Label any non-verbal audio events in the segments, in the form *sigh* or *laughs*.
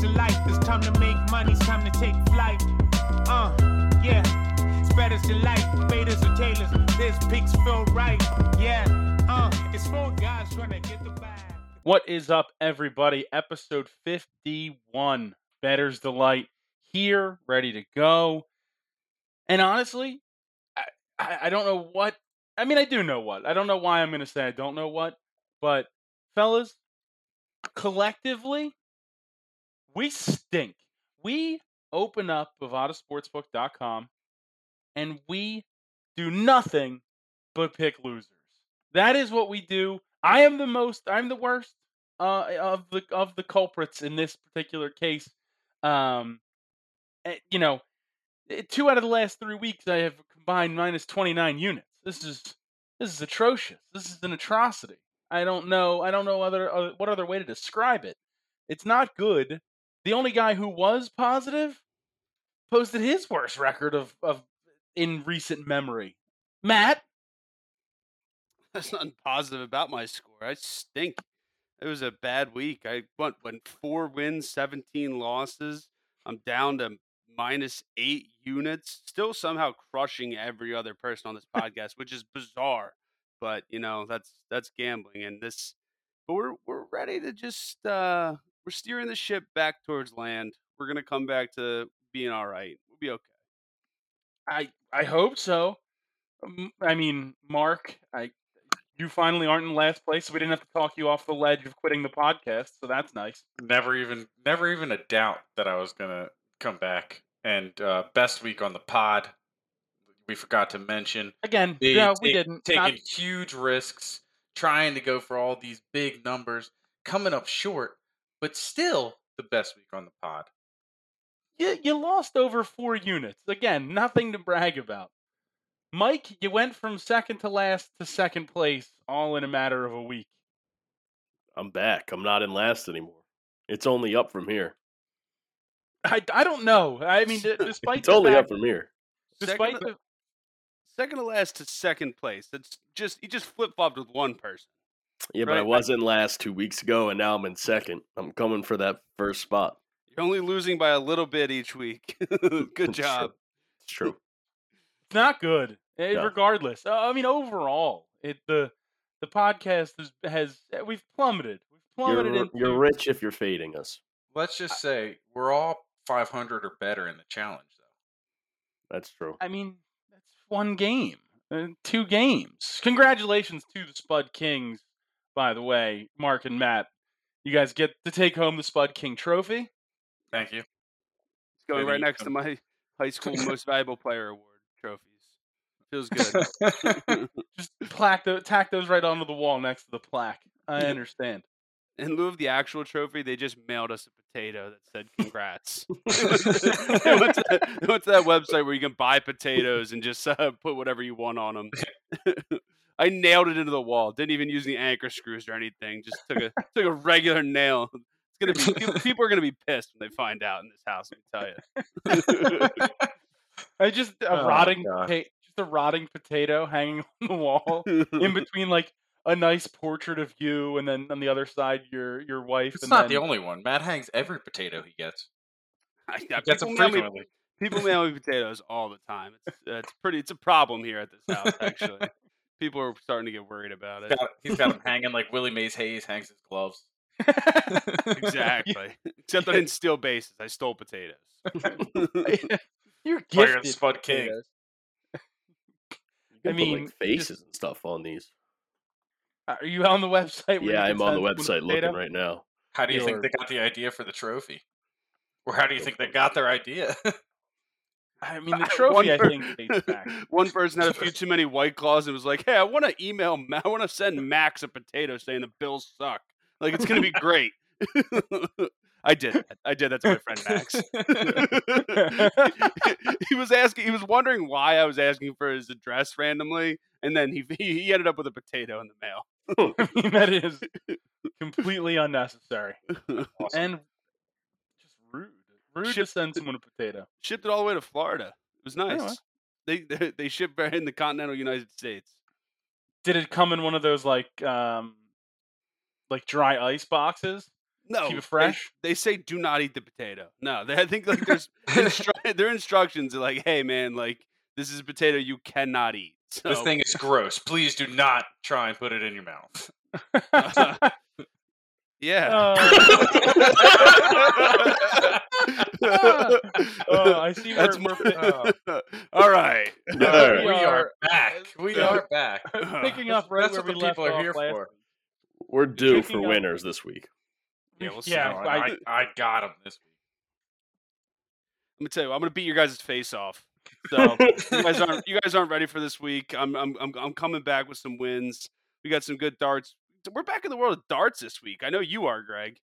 to life. It's time to make money, it's time to take flight. Uh, yeah. Spreaders delight, waiters and tailors. This pigs feel right. Yeah, uh, it's four guys trying to get the bag. What is up, everybody? Episode 51, Better's Delight, here, ready to go. And honestly, I, I, I don't know what. I mean, I do know what. I don't know why I'm going to say I don't know what, but fellas, collectively, we stink. We open up bovadasportsbook.com and we do nothing but pick losers. That is what we do. I am the most. I'm the worst uh, of the of the culprits in this particular case. Um, eh, you know, eh, two out of the last three weeks, I have combined minus 29 units. This is this is atrocious. This is an atrocity. I don't know. I don't know other uh, what other way to describe it. It's not good. The only guy who was positive posted his worst record of of in recent memory. Matt, *laughs* There's nothing positive about my score. I stink. It was a bad week. I went, went four wins, 17 losses. I'm down to minus eight units, still somehow crushing every other person *laughs* on this podcast, which is bizarre. But you know, that's that's gambling and this but we're we're ready to just uh we're steering the ship back towards land. We're gonna come back to being all right. We'll be okay. I I hope so. Um, I mean, Mark, I you finally aren't in last place, so we didn't have to talk you off the ledge of quitting the podcast, so that's nice. never even never even a doubt that I was gonna come back. And uh, best week on the pod. We forgot to mention Again, the no, we take- didn't. taking Not- huge risks, trying to go for all these big numbers, coming up short, but still the best week on the pod. you, you lost over four units. Again, nothing to brag about. Mike, you went from second to last to second place all in a matter of a week. I'm back. I'm not in last anymore. It's only up from here. I, I don't know. I mean, d- despite It's the only up fact, from here. despite Second, the, second to last to second place. That's just he just flip flopped with one person. Yeah, but Right, I I- was in last two weeks ago, and now I'm in second. I'm coming for that first spot. You're only losing by a little bit each week. *laughs* Good It's true. job. It's *laughs* true. it's not good. eh, No. Regardless, Uh, I mean, overall, it the the podcast has has eh, we've plummeted. We've plummeted. You're, into, you're rich if you're fading us. Let's just say we're all 500 or better in the challenge, though. That's true. I mean, that's one game, uh, two games. Congratulations to the Spud Kings, by the way, Mark and Matt. You guys get to take home the Spud King trophy. Thank *laughs* you. It's going Maybe right you next to can- my high school *laughs* most valuable player award trophies. Feels good. Just plaque tho- tack those right onto the wall next to the plaque. I Yeah. understand. In lieu of the actual trophy, they just mailed us a potato that said "Congrats." *laughs* They went to- they went to Good that- they went to that website where you can buy potatoes and just *laughs* uh, put whatever you want on them. *laughs* I nailed it into the wall. Didn't even use any anchor screws or anything. Just took a took a regular nail. It's gonna be people, people are gonna be pissed when they find out in this house. Let me tell you. I just a Oh, rotting, God. pota- just a rotting potato hanging *laughs* on the wall *laughs* in between, like a nice portrait of you, and then on the other side your your wife. It's and not then, the only one. Matt hangs every potato he gets. I, He I, gets people, them mail me, frequently. people mail me potatoes all the time. It's, uh, it's pretty. It's a problem here at this house. Actually, people are starting to get worried about *laughs* it. Got- He's got them hanging like Willie Mays Hayes hangs his gloves. Exactly. *laughs* Except I didn't steal bases. I stole potatoes. *laughs* You're Player of the gifted. Spud King. potatoes. You I can put, like, mean, just- faces and stuff on these. Are you on the website? where you Yeah, can I'm on the send someone a website looking potato? right now. *laughs* How do you think Your- they got the idea for the trophy? Or how do you think they got their *laughs* idea? I mean, the One trophy I per- think dates back. One person had a few too many white claws and was like, "Hey, I want to email. Ma- I want to send Max a potato saying the Bills suck. Like it's gonna be great." *laughs* I did. That. I did that to my friend Max. *laughs* he was asking. He was wondering why I was asking for his address randomly, and then he he, he ended up with a potato in the mail. *laughs* I mean, that is completely unnecessary Awesome. and just rude. Rude to Shipped send someone a potato. shipped it all the way to Florida. It was I nice. know. They, they they ship right in the continental United States. Did it come in one of those like um like dry ice boxes? No, Keep they- it *laughs* fresh. They, say do not eat the potato. No, they, I think *laughs* like there's instru- their instructions are like, hey man, like this is a potato you cannot eat. *laughs* So, This thing is gross. Please do not try and put it in *laughs* your mouth. *laughs* yeah. Oh, Uh, *laughs* oh, I see where *laughs* uh, That's we're Oh. more. *laughs* *laughs* All right. All we, right. We are, are- back. We are back. *sighs* picking up right *laughs* That's where what we the left people are off here last for. week. We're due Picking for up- winners this week. Yeah, we'll see. Yeah, how- I- I, I got him this I'm gonna tell you, I'm gonna beat your guys' face off. So you guys aren't you guys aren't ready for this week. I'm I'm I'm, I'm coming back with some wins. We got some good darts. We're back in the world of darts this week. I know you are, Greg.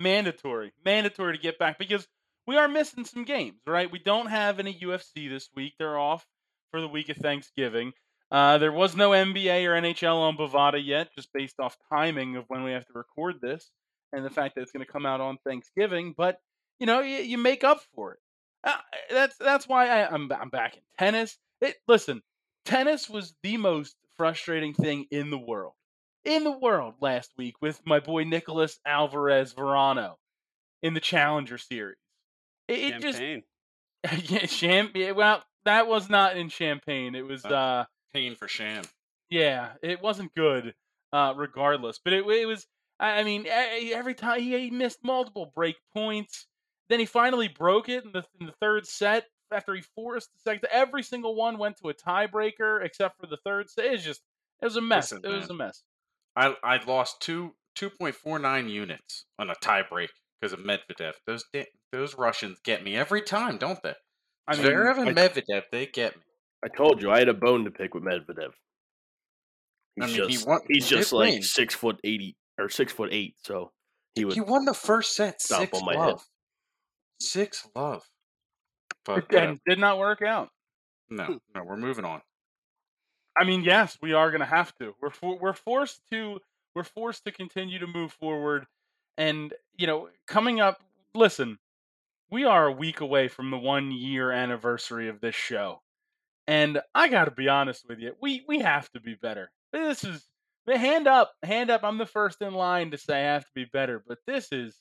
mandatory, mandatory to get back because we are missing some games, right? We don't have any UFC this week. They're off for the week of Thanksgiving. Uh, there was no NBA or NHL on Bovada yet, just based off timing of when we have to record this and the fact that it's going to come out on Thanksgiving. But you know, you, you make up for it. Uh, that's that's why I, I'm I'm back in tennis. It, listen, tennis was the most frustrating thing in the world in the world last week with my boy Nicholas Alvarez Verano in the Challenger Series. It, it just Champagne. *laughs* yeah, champagne. Well, that was not in Champagne. It was Oh. uh, Pain for sham. yeah, it wasn't good. Uh, regardless, but it it was. I I mean, e- e- every time he, he missed multiple break points. Then he finally broke it in the in the third set after he forced the second. Every single one went to a tiebreaker except for the third. set. it's just it was a mess. Listen, it was man. a mess. I I lost two two point four nine units on a tiebreak because of Medvedev. Those da- those Russians get me every time, don't they? I mean, Zverev and I- Medvedev, they get me. I told you I had a bone to pick with Medvedev. He's I mean, he just won- he's he just did like win. six foot eighty or six foot eight, so he would He won the first set Stomp six on my head. love. Six love. But hmm. it- and did not work out. whatever. no, no, we're moving on. I mean, yes, we are going to have to. We're for, we're forced to we're forced to continue to move forward and you know, coming up, listen, we are a week away from the 1 year anniversary of this show. And I got to be honest with you. We we have to be better. This is hand up, hand up. I'm the first in line to say I have to be better, but this is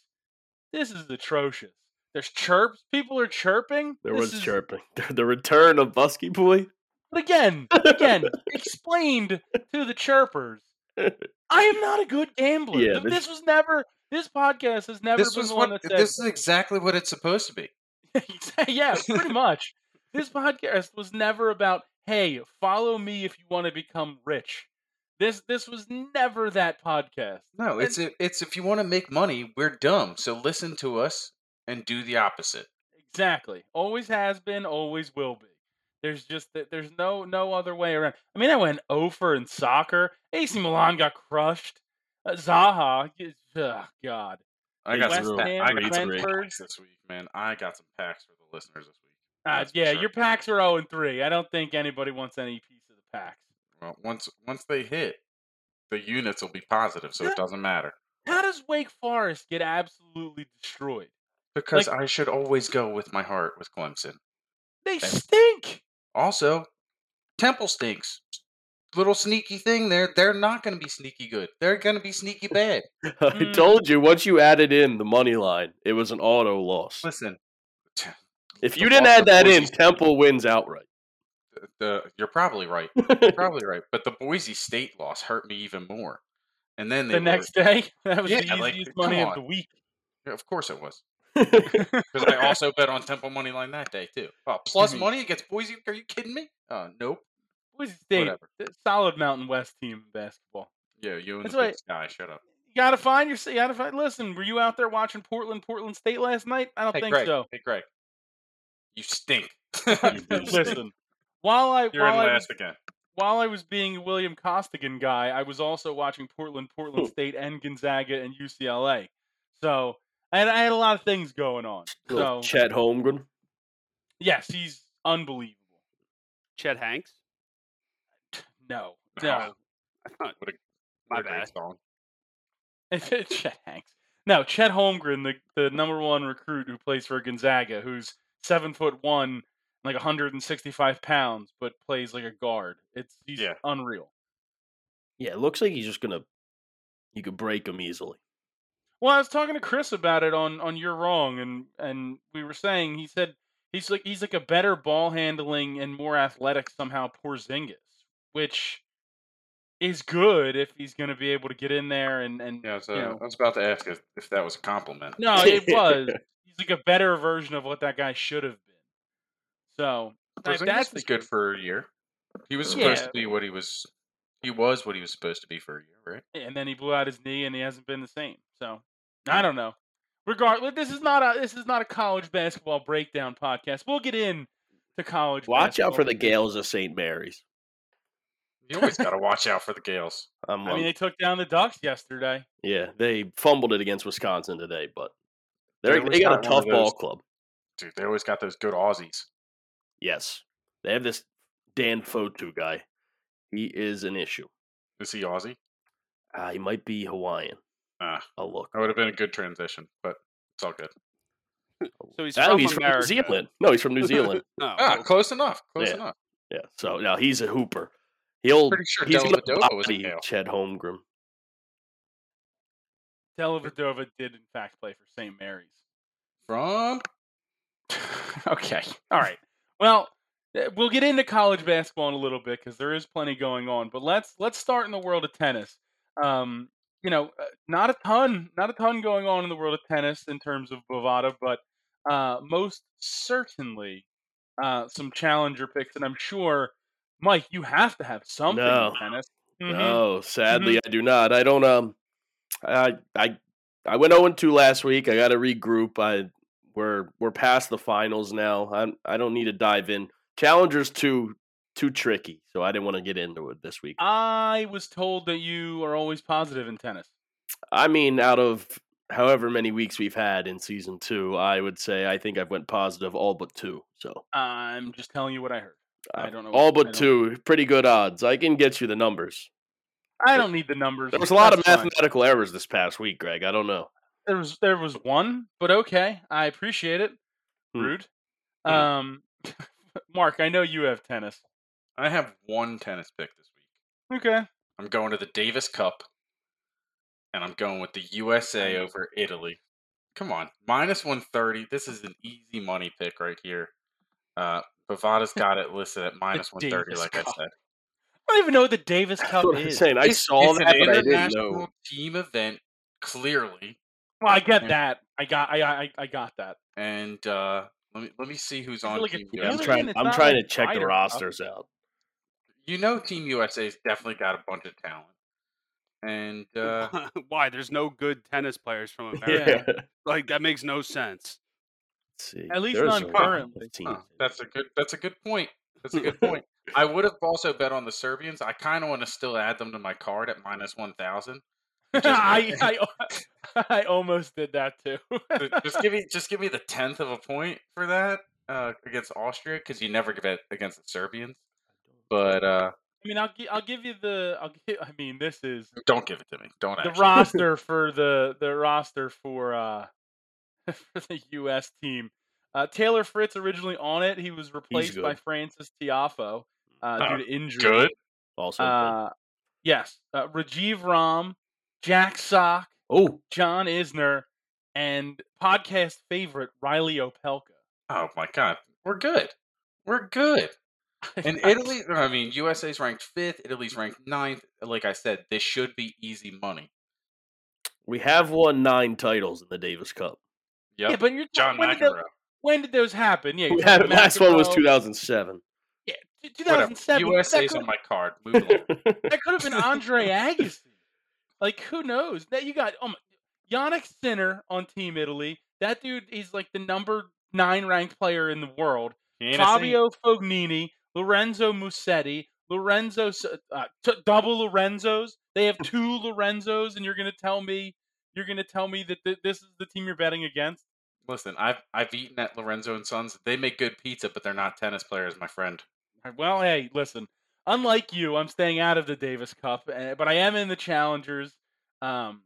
this is atrocious. There's chirps. People are chirping. there This was is- chirping. *laughs* The return of Busky Boy. *laughs* but again, again, *laughs* explained to the chirpers. I am not a good gambler. Yeah, Th- this- this, was never. This podcast has never This been was the one what, that said. this is exactly what it's supposed to be. *laughs* yeah, *laughs* pretty much. This podcast was never about, hey, follow me if you want to become rich. This this was never that podcast. No, it's if- it's if you want to make money, we're dumb. So listen to us and do the opposite. Exactly. Always has been, always will be. There's just that there's no no other way around. I mean, I went over in soccer. AC Milan got crushed. Uh, Zaha, g- ugh, God. I Hey, got West some. Ham, I got some Brentford. packs this week, man. I got some packs for the listeners this week. Uh, That's for yeah, sure. your packs are 0 and 3. I don't think anybody wants any piece of the packs. Well, once once they hit, the units will be positive, so it doesn't matter. How does Wake Forest get absolutely destroyed? Because I should always go with my heart with Clemson. They They- stink. Also, Temple stinks. Little sneaky thing there. They're not going to be sneaky good. They're going to be sneaky bad. I Mm. told you once you added in the money line, it was an auto loss. Listen, If the you didn't loss add to that Boise in, State. Temple wins outright. th- the, you're probably right. *laughs* You're probably right. But the Boise State loss hurt me even more. And then they The were- next day, *laughs* that was the Yeah, like, easiest come money of on. the week. Yeah, of course it *laughs* was. *laughs* Because I also bet on Temple money line that day too. Oh, plus Mhm. money against Boise? Are you kidding me? Uh, nope. Boise State, Whatever. a solid Mountain West team in basketball. Yeah, you and That's the why- big sky. Shut up. You gotta find your. You gotta find. Listen, were you out there watching Portland, Portland State last night? I don't Hey, think Greg. so. Hey, Greg. You stink. *laughs* Listen, while I You're in while I, was, last again. while I was being a William Costigan guy, I was also watching Portland, Portland State, and Gonzaga and UCLA. So I had, I had a lot of things going on. Little So Chet Holmgren. yes, he's unbelievable. Chet Hanks. *laughs* No, no, No. My What a great bad. song. *laughs* Chet Hanks. No, Chet Holmgren, the, the number one recruit who plays for Gonzaga, who's seven foot one, like 165 pounds, but plays like a guard. It's he's Yeah. unreal. Yeah, it looks like he's just gonna you could break him easily. Well, I was talking to Chris about it on on You're Wrong, and and we were saying he said he's like he's like a better ball handling and more athletic somehow Porzingis, which is good if he's going to be able to get in there and and Yeah, so you I know. was about to ask if, if that was a compliment. no, it *laughs* was he's like a better version of what that guy should have been. So if Porzingis that's the was good for a year. He was supposed to be what he was. He was what he was supposed to be for a year, right? and then he blew out his knee and he hasn't been the same. So I don't know. Regardless, this is not a this is not a college basketball breakdown podcast. We'll get in to college. Watch out basketball. for the Gales of St. Mary's. You always *laughs* got to watch out for the Gales. I'm, I mean, I'm- they took down the Ducks yesterday. yeah, they fumbled it against Wisconsin today, but they're, They they got a always got one of tough ball those- club. Dude, they always got those good Aussies. Yes, they have this Dan Fotu guy. He is an issue. Is he Aussie? Uh, he might be Hawaiian. Ah, I'll look. that would have been a good transition, but it's all good. So he's Oh, from he's from New America. Zealand. No, he's *laughs* from New Zealand. Oh, Ah, close enough. Close Yeah. enough. yeah. So now he's a hooper. He'll Pretty sure he's gonna Dellavedova was a body male. Chet Holmgren. Delavadova did in fact play for St. Mary's. From *laughs* okay, all right. Well, eh, we'll get into college basketball in a little bit because there is plenty going on. But let's let's start in the world of tennis. Um, you know, uh, not a ton, not a ton going on in the world of tennis in terms of Bovada, but uh, most certainly uh, some challenger picks, and I'm sure. Mike, you have to have something in No. tennis. Mm-hmm. Mhm. No, sadly I do not. I don't um I I I went 0 2 last week. I got to regroup. I we're we're past the finals now. I I don't need to dive in. Challenger's too too tricky, so I didn't want to get into it this week. I was told that you are always positive in tennis. I mean, out of however many weeks we've had in season 2, I would say I think I've went positive all but two. So, I'm just telling you what I heard. I uh, don't know all what- I but don't- two, pretty good odds. I can get you the numbers. I don't need the numbers. There was a lot of That's fine. mathematical errors this past week, Greg. I don't know. There was there was one, but okay, I appreciate it. Hmm. Rude. Hmm. Um, *laughs* Mark, I know you have tennis. I have one tennis pick this week. Okay, I'm going to the Davis Cup, and I'm going with the USA over Italy. Come on, minus 130. This is an easy money pick right here. Uh, *laughs* Bovada's got it listed at minus 130, Davis like I Cup said. I don't even know what the *laughs* Davis That's Cup what I'm is. saying. I It's- saw it's that, an but I didn't international know. team event, clearly. Well, I get Yeah. that. I got I I, I got *laughs* that. And uh, let me let me see who's it on like a Team team I'm Really? USA. trying. It's I'm not trying like to check the Ryder Cup. rosters out. You know, Team USA's definitely got a bunch of talent. And uh, *laughs* Why? There's no good tennis players from *laughs* America. Yeah. Let's Like that makes no sense. see. At least There's not a lot of currently. teams. Huh, that's a good. That's a good point. That's a Hmm. good point. I would have also bet on the Serbians. I kind of want to still add them to my card at minus one *laughs* thousand. Just- I, I al- I *laughs* almost did that too. *laughs* Just give me, just give me the tenth of a point for that uh, against Austria because you never give it against the Serbians. But uh, I mean, I'll gi- I'll give you the I'll give, I mean, this is don't give it to me. Don't the *laughs* actually. roster for the the roster for uh *laughs* for the U.S. team. Uh, Taylor Fritz originally on it. He was replaced by good. Francis Tiafo uh, Oh, due to injury. Good. Also, good. Uh, yes, uh, Rajiv Ram, Jack Sock, oh, John Isner, and podcast favorite Riley Opelka. Oh my God, we're good. We're good. *laughs* And Italy, I mean, USA's ranked fifth. Italy's ranked ninth. Like I said, this should be easy money. we have won nine titles in the Davis Cup. Yep. Yeah, but you're John when did, tho- McEnroe. when did those happen? Yeah, We you're had *laughs* talking last one was McEnroe. 2007. Yeah, t- Whatever. 2007. that USA's could- on my card. Move along. *laughs* That could have been Andre Agassi. Like who knows? That you got oh my, Yannick Sinner on Team Italy. That dude is like the number nine ranked player in the world. Fabio Fognini, Lorenzo Musetti, Lorenzo S- uh, t- double Lorenzos. They have two Lorenzos, and you're gonna tell me you're gonna tell me that th- this is the team you're betting against. Listen, I've I've eaten at Lorenzo and Sons. They make good pizza, but they're not tennis players, my friend. Well, hey, listen. Unlike you, I'm staying out of the Davis Cup, eh, but I am in the Challengers. Um,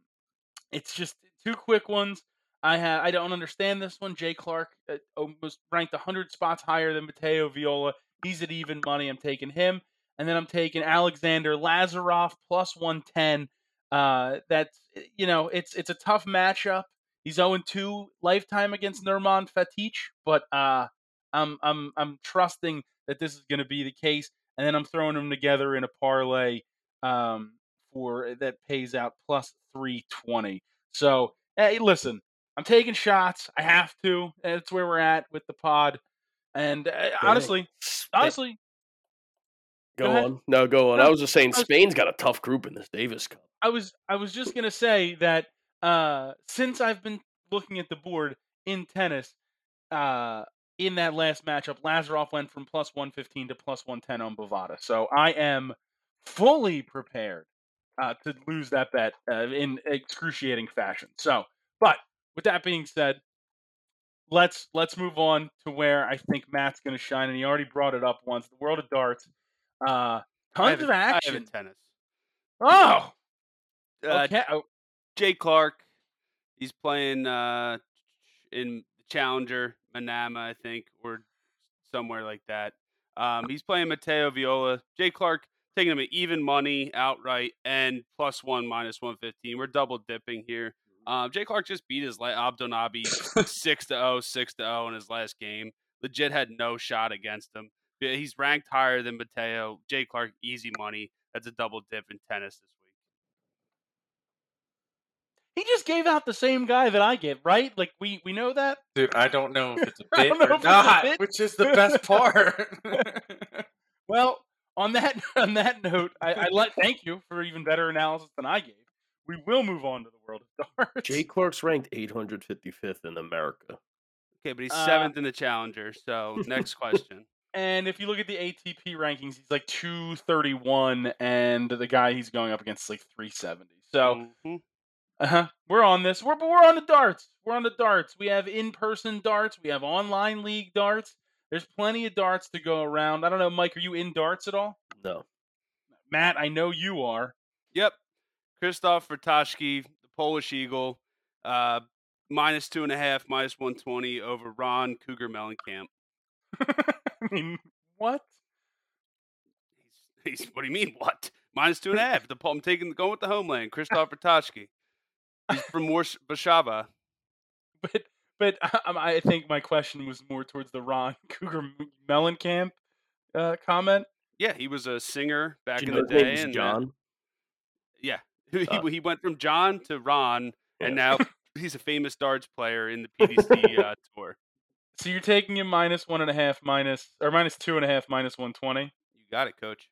it's just two quick ones. I ha- I don't understand this one. Jay Clark uh, was ranked 100 spots higher than Mateo Viola. He's at even money. I'm taking him, and then I'm taking Alexander Lazarov plus 110. Uh, that's you know, it's it's a tough matchup. He's 0-2 lifetime against Nurman Fatih, but uh, I'm I'm I'm trusting that this is going to be the case, and then I'm throwing them together in a parlay um, for that pays out plus 320. So hey, listen, I'm taking shots. I have to. That's where we're at with the pod. And uh, honestly, honestly, Go, Go ahead. on. No, go on. No, I was just saying I was- Spain's got a tough group in this Davis Cup. I was I was just gonna say that uh, since I've been looking at the board in tennis, uh, in that last matchup, Lazarov went from plus one fifteen to plus one ten on Bovada. So I am fully prepared uh, to lose that bet uh, in excruciating fashion. So, but with that being said, let's let's move on to where I think Matt's gonna shine, and he already brought it up once. The world of darts, uh, I have tons of a- I have a action. tennis. Oh, Uh, okay. oh, Jay Clark. He's playing uh, in Challenger, Manama, I think, or somewhere like that. Um, he's playing Mateo Viola. Jay Clark taking him at even money outright and plus one, minus 115. We're double dipping here. Um, Jay Clark just beat his la- Abdonabi 6 to 0, 6 to 0 in his last game. Legit had no shot against him. Yeah, He's ranked higher than Mateo. Jay Clark, easy money. That's a double dip in tennis this week. He just gave out the same guy that I give, right? Like we we know that. Dude, *laughs* I don't know if it's a I bit don't know if or it's a not, bit. which is the *laughs* best part. Well, on that *laughs* on that note, I, I let thank you for even better analysis than I gave. We will move on to the world of *laughs* darts. Jay Clark's ranked 855th in America. Okay, but he's Uh, seventh in the challenger. *laughs* So next question. And if you look at the ATP rankings, he's like two thirty one, and the guy he's going up against is like three seventy. So Oh. Mhm. Uh-huh. We're on this. We're but we're on the darts. We're on the darts. We have in-person darts. We have online league darts. There's plenty of darts to go around. I don't know, Mike, are you in darts at all? No. Matt, I know you are. yep, Christoph Vertashki, the Polish Eagle, uh, minus two and a half, minus one twenty over Ron Cougar Mellencamp. I *laughs* mean, what? He's, he's what do you mean? What minus two and *laughs* a half? The Pol- I'm taking going with the homeland. Christoph Vertashki. He's from Wars- Warszawa. But but *laughs* um, I think my question was more towards the Ron *laughs* Cougar M- Mellencamp uh, comment. Yeah, he was a singer back Do in you know the his name day. is and, uh, John. *laughs* Yeah. *laughs* He, Uh, he went from John to Ron, and Yeah. now *laughs* he's a famous darts player in the PDC uh, tour. So you're taking him minus one and a half, minus or minus two and a half, minus one twenty. You got it, coach.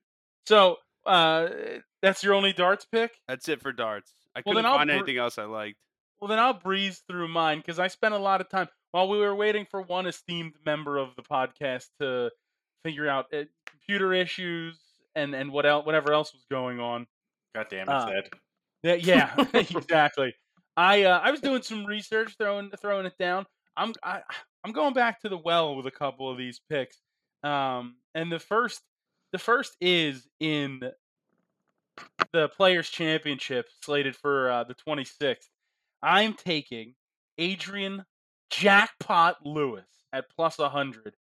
So uh, that's your only darts pick. That's it for darts. I Well, then couldn't I'll find br- anything else I liked. Well, then I'll breeze through mine because I spent a lot of time while we were waiting for one esteemed member of the podcast to figure out uh, computer issues and and what else, whatever else was going on. God damn it, Uh, Ted. Yeah, yeah, *laughs* exactly. I uh, I was doing some research, throwing throwing it down. I'm I, I'm going back to the well with a couple of these picks. Um, and the first the first is in the Players Championship slated for uh, the 26th. I'm taking Adrian Jackpot Lewis at plus 100.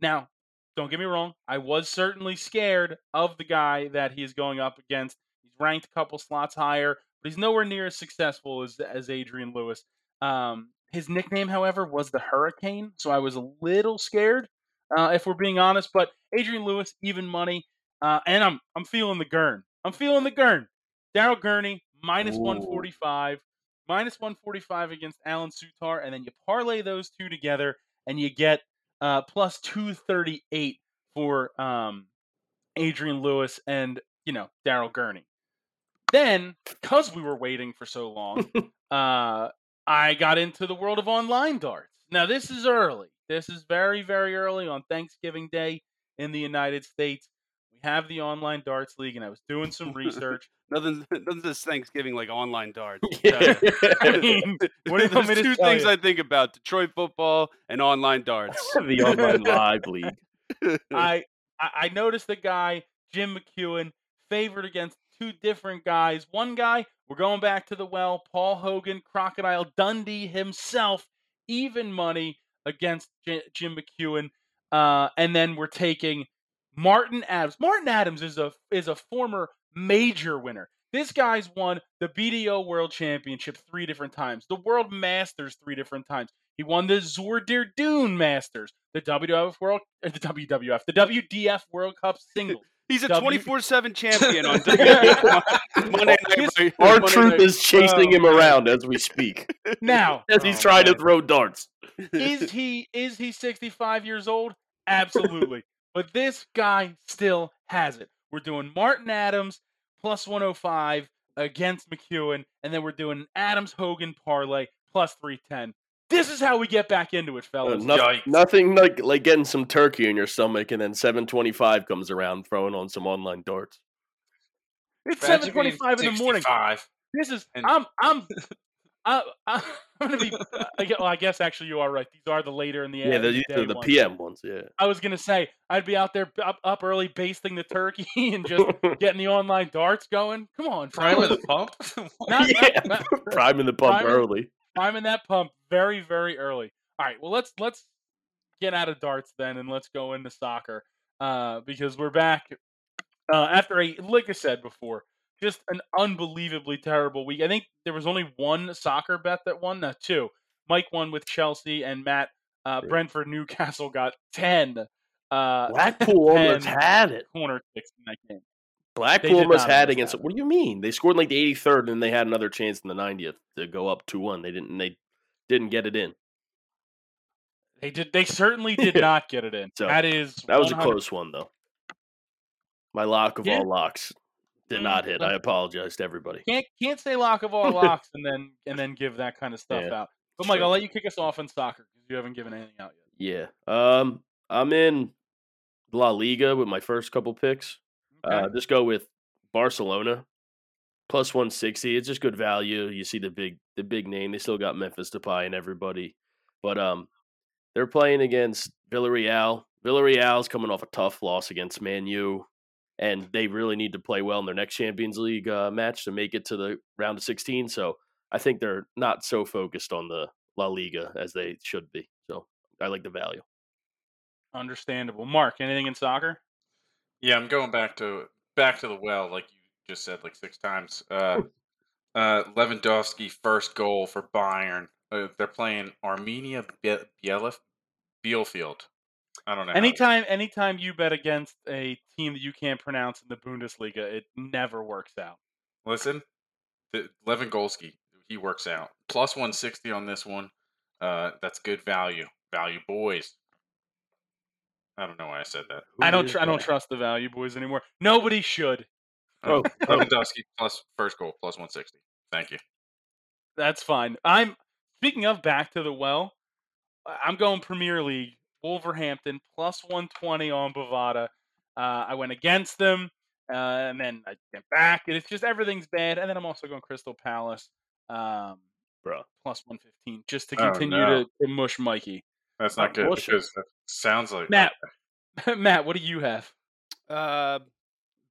Now, don't get me wrong, I was certainly scared of the guy that he is going up against. He's ranked a couple slots higher, but he's nowhere near as successful as as Adrian Lewis. Um, his nickname, however, was the Hurricane, so I was a little scared, uh, if we're being honest. But Adrian Lewis, even money, uh, and I'm I'm feeling the Gurn. I'm feeling the Gurn. Daryl Gurney minus Ooh. 145, minus 145 against Alan Sutar, and then you parlay those two together, and you get uh, plus 238 for um, Adrian Lewis and you know Daryl Gurney. Then, because we were waiting for so long, uh, I got into the world of online darts. Now, this is early. This is very, very early on Thanksgiving Day in the United States. We have the online darts league, and I was doing some research. Nothing, nothing's *laughs* this Thanksgiving like online darts. *laughs* Yeah. I mean, *laughs* what do you want me There's to two tell things you? I think about: Detroit football and *laughs* online *laughs* darts. the online live league. I I I noticed the guy Jim McEwen favored against two different guys. One guy, we're going back to the well, Paul Hogan, Crocodile Dundee himself, even money against J- Jim McEwen. Uh, and then we're taking Martin Adams. Martin Adams is a is a former major winner. This guy's won the BDO World Championship three different times, the World Masters three different times. He won the Zordir Dune Masters, the WWF World, uh, the WWF, the WDF World Cup singles. He's a W- twenty four seven champion *laughs* on *laughs* Monday Night. This- Raw. *laughs* Our Monday truth Night- is chasing Oh, him around as we speak, Now, um, *laughs* as he's Oh, trying to man. throw darts. is he is he 65 years old? Absolutely. but this guy still has it. We're doing Martin Adams plus 105 against McEwen, and then we're doing an Adams Hogan parlay plus 310. This is how we get back into Oh, it, Uh, fellas. noth- Yikes. nothing like like getting some turkey in your stomach, and then 725 comes around throwing on some online darts. it's Imagine being 7:25 in the morning. 65. This is and- I'm I'm I, I, *laughs* I'm gonna be. I guess, well, I guess actually you are right. These are the later in the Yeah, in these the, are day the ones. PM ones. Yeah, I was gonna say I'd be out there b- up, up early basting the turkey *laughs* and *laughs* just getting the online darts going. Come on, *laughs* Prime fellas. of the pump? Not- Yeah. not- not- priming the pump Priming- early. I'm in that pump very, very early. All right, well let's let's get out of darts then, and let's go into soccer uh, because we're back uh, after a like I said before, just an unbelievably terrible week. I think there was only one soccer bet that won, not two. Mike won with Chelsea, and Matt uh, Right. Brentford Newcastle got ten uh, Blackpool almost and- had it. corner kicks in that game. Blackpool did almost not had almost against. have What do you mean? They scored in like the 83rd, and then they had another chance in the 90th to go up 2-1. They didn't. They didn't get it in. They did. They certainly did *laughs* Yeah. not get it in. So, that is That was a 100 close one, though. My lock of Yeah. all locks did Mm, not hit. but- I apologize to everybody. Can't can't say lock of all *laughs* locks and then and then give that kind of stuff Yeah, out. But Mike, true. I'll let you kick us off in soccer because you haven't given anything out yet. Yeah. Um. I'm in La Liga with my first couple picks. Uh, just go with Barcelona plus 160. It's just good value. You see the big the big name. They still got Memphis Depay and everybody, but um, they're playing against Villarreal. Villarreal's coming off a tough loss against Man U, and they really need to play well in their next Champions League uh, match to make it to the round of 16. So I think they're not so focused on the La Liga as they should be. So I like the value. Understandable. Mark, anything in soccer? Yeah, I'm going back to back to the well, like you just said, like six times. Uh, uh, Lewandowski first goal for Bayern. Uh, they're playing Armenia Be- Bielef- Bielefeld. I Uh-huh. don't know. how to- Anytime anytime you bet against a team that you can't pronounce in the Bundesliga, it never works out. Listen, the, Lewandowski, he works out. Plus 160 on this one. Uh, that's good value. Value boys. I don't know why I said that. I don't is tr- I don't that? trust the value boys anymore. Nobody should. Oh, *laughs* *laughs* oh, Lewandowski plus first goal plus 160. Thank you. That's fine. I'm speaking of back to the well. I- I'm going Premier League. Wolverhampton plus 120 on Bovada. Uh, I went against them, uh, and then I went back, and it's just everything's bad. And then I'm also going Crystal Palace, um, Bruh. plus 115, just to Oh, continue to, no. to mush Mikey. *laughs* That's not Oh, good bullshit. because that sounds like Matt. Matt, what do you have? Uh,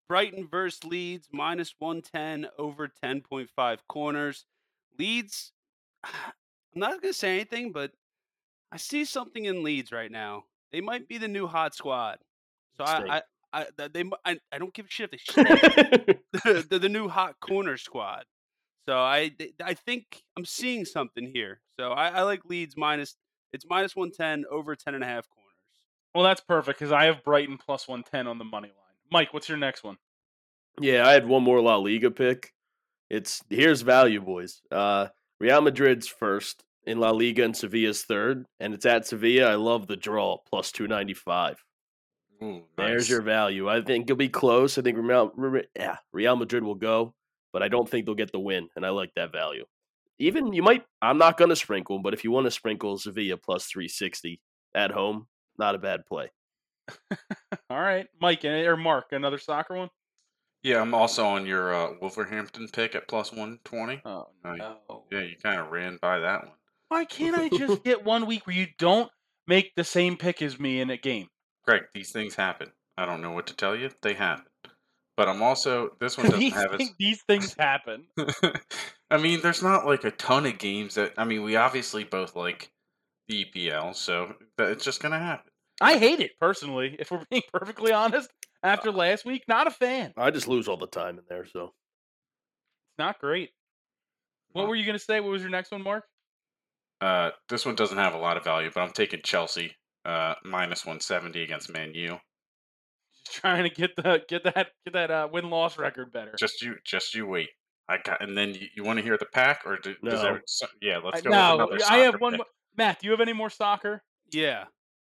Brighton versus Leeds minus 110 over 10.5 corners. Leeds, *sighs* I'm not going to say anything, but I see something in Leeds right now. They might be the new hot squad. So Stink. I, I, I, th- they, mi- I, I don't give a shit if *laughs* they stink. *laughs* They're the new hot corner squad. So I, th- I think I'm seeing something here. So I, I like Leeds minus, it's minus 110 over 10 and a half corners. Well, that's perfect because I have Brighton plus 110 on the money line. Mike, what's your next one? *laughs* Yeah, I had one more La Liga pick. It's here's value, boys. Uh, Real Madrid's first in La Liga and Sevilla's third, and it's at Sevilla. I love the draw plus two ninety five. that. Ooh, There's nice. your value. I think it'll be close. I think Real, Re- yeah, Real Madrid will go, but I don't think they'll get the win, and I like that value. Even you might. I'm not going to sprinkle, but if you want to sprinkle Sevilla plus three sixty at home, not a bad play. All right, Mike eh, or Mark, another soccer one? Yeah, I'm also on your uh, Wolverhampton pick at plus 120. Oh, Nice. no. Yeah, you kind of ran by that one. Why can't *laughs* I just get one week where you don't make the same pick as me in a game? *laughs* Greg, these things happen. I don't know what to tell you. They happen. But I'm also this *laughs* one doesn't these, have thi- as *laughs* these things *laughs* happen. *laughs* I mean, there's not like a ton of games that I mean, we obviously both like the EPL, so that it's just gonna happen. I hate it Uh. personally. If we're *laughs* being perfectly honest, after last week, not a fan. I just lose all the time in there, so It's not great. What were you going to say? What was your next one, Mark? Uh, this one doesn't have a lot of value, but I'm taking Chelsea uh, minus 170 against Man U. Just trying to get the get that get that uh, win loss record better. Just you, just you wait. I got, and then you, you want to hear the pack or do, does No. every- so- yeah? I- Let's go. no, with another I have soccer one. pick. More. Matt, do you have any more soccer? Yeah.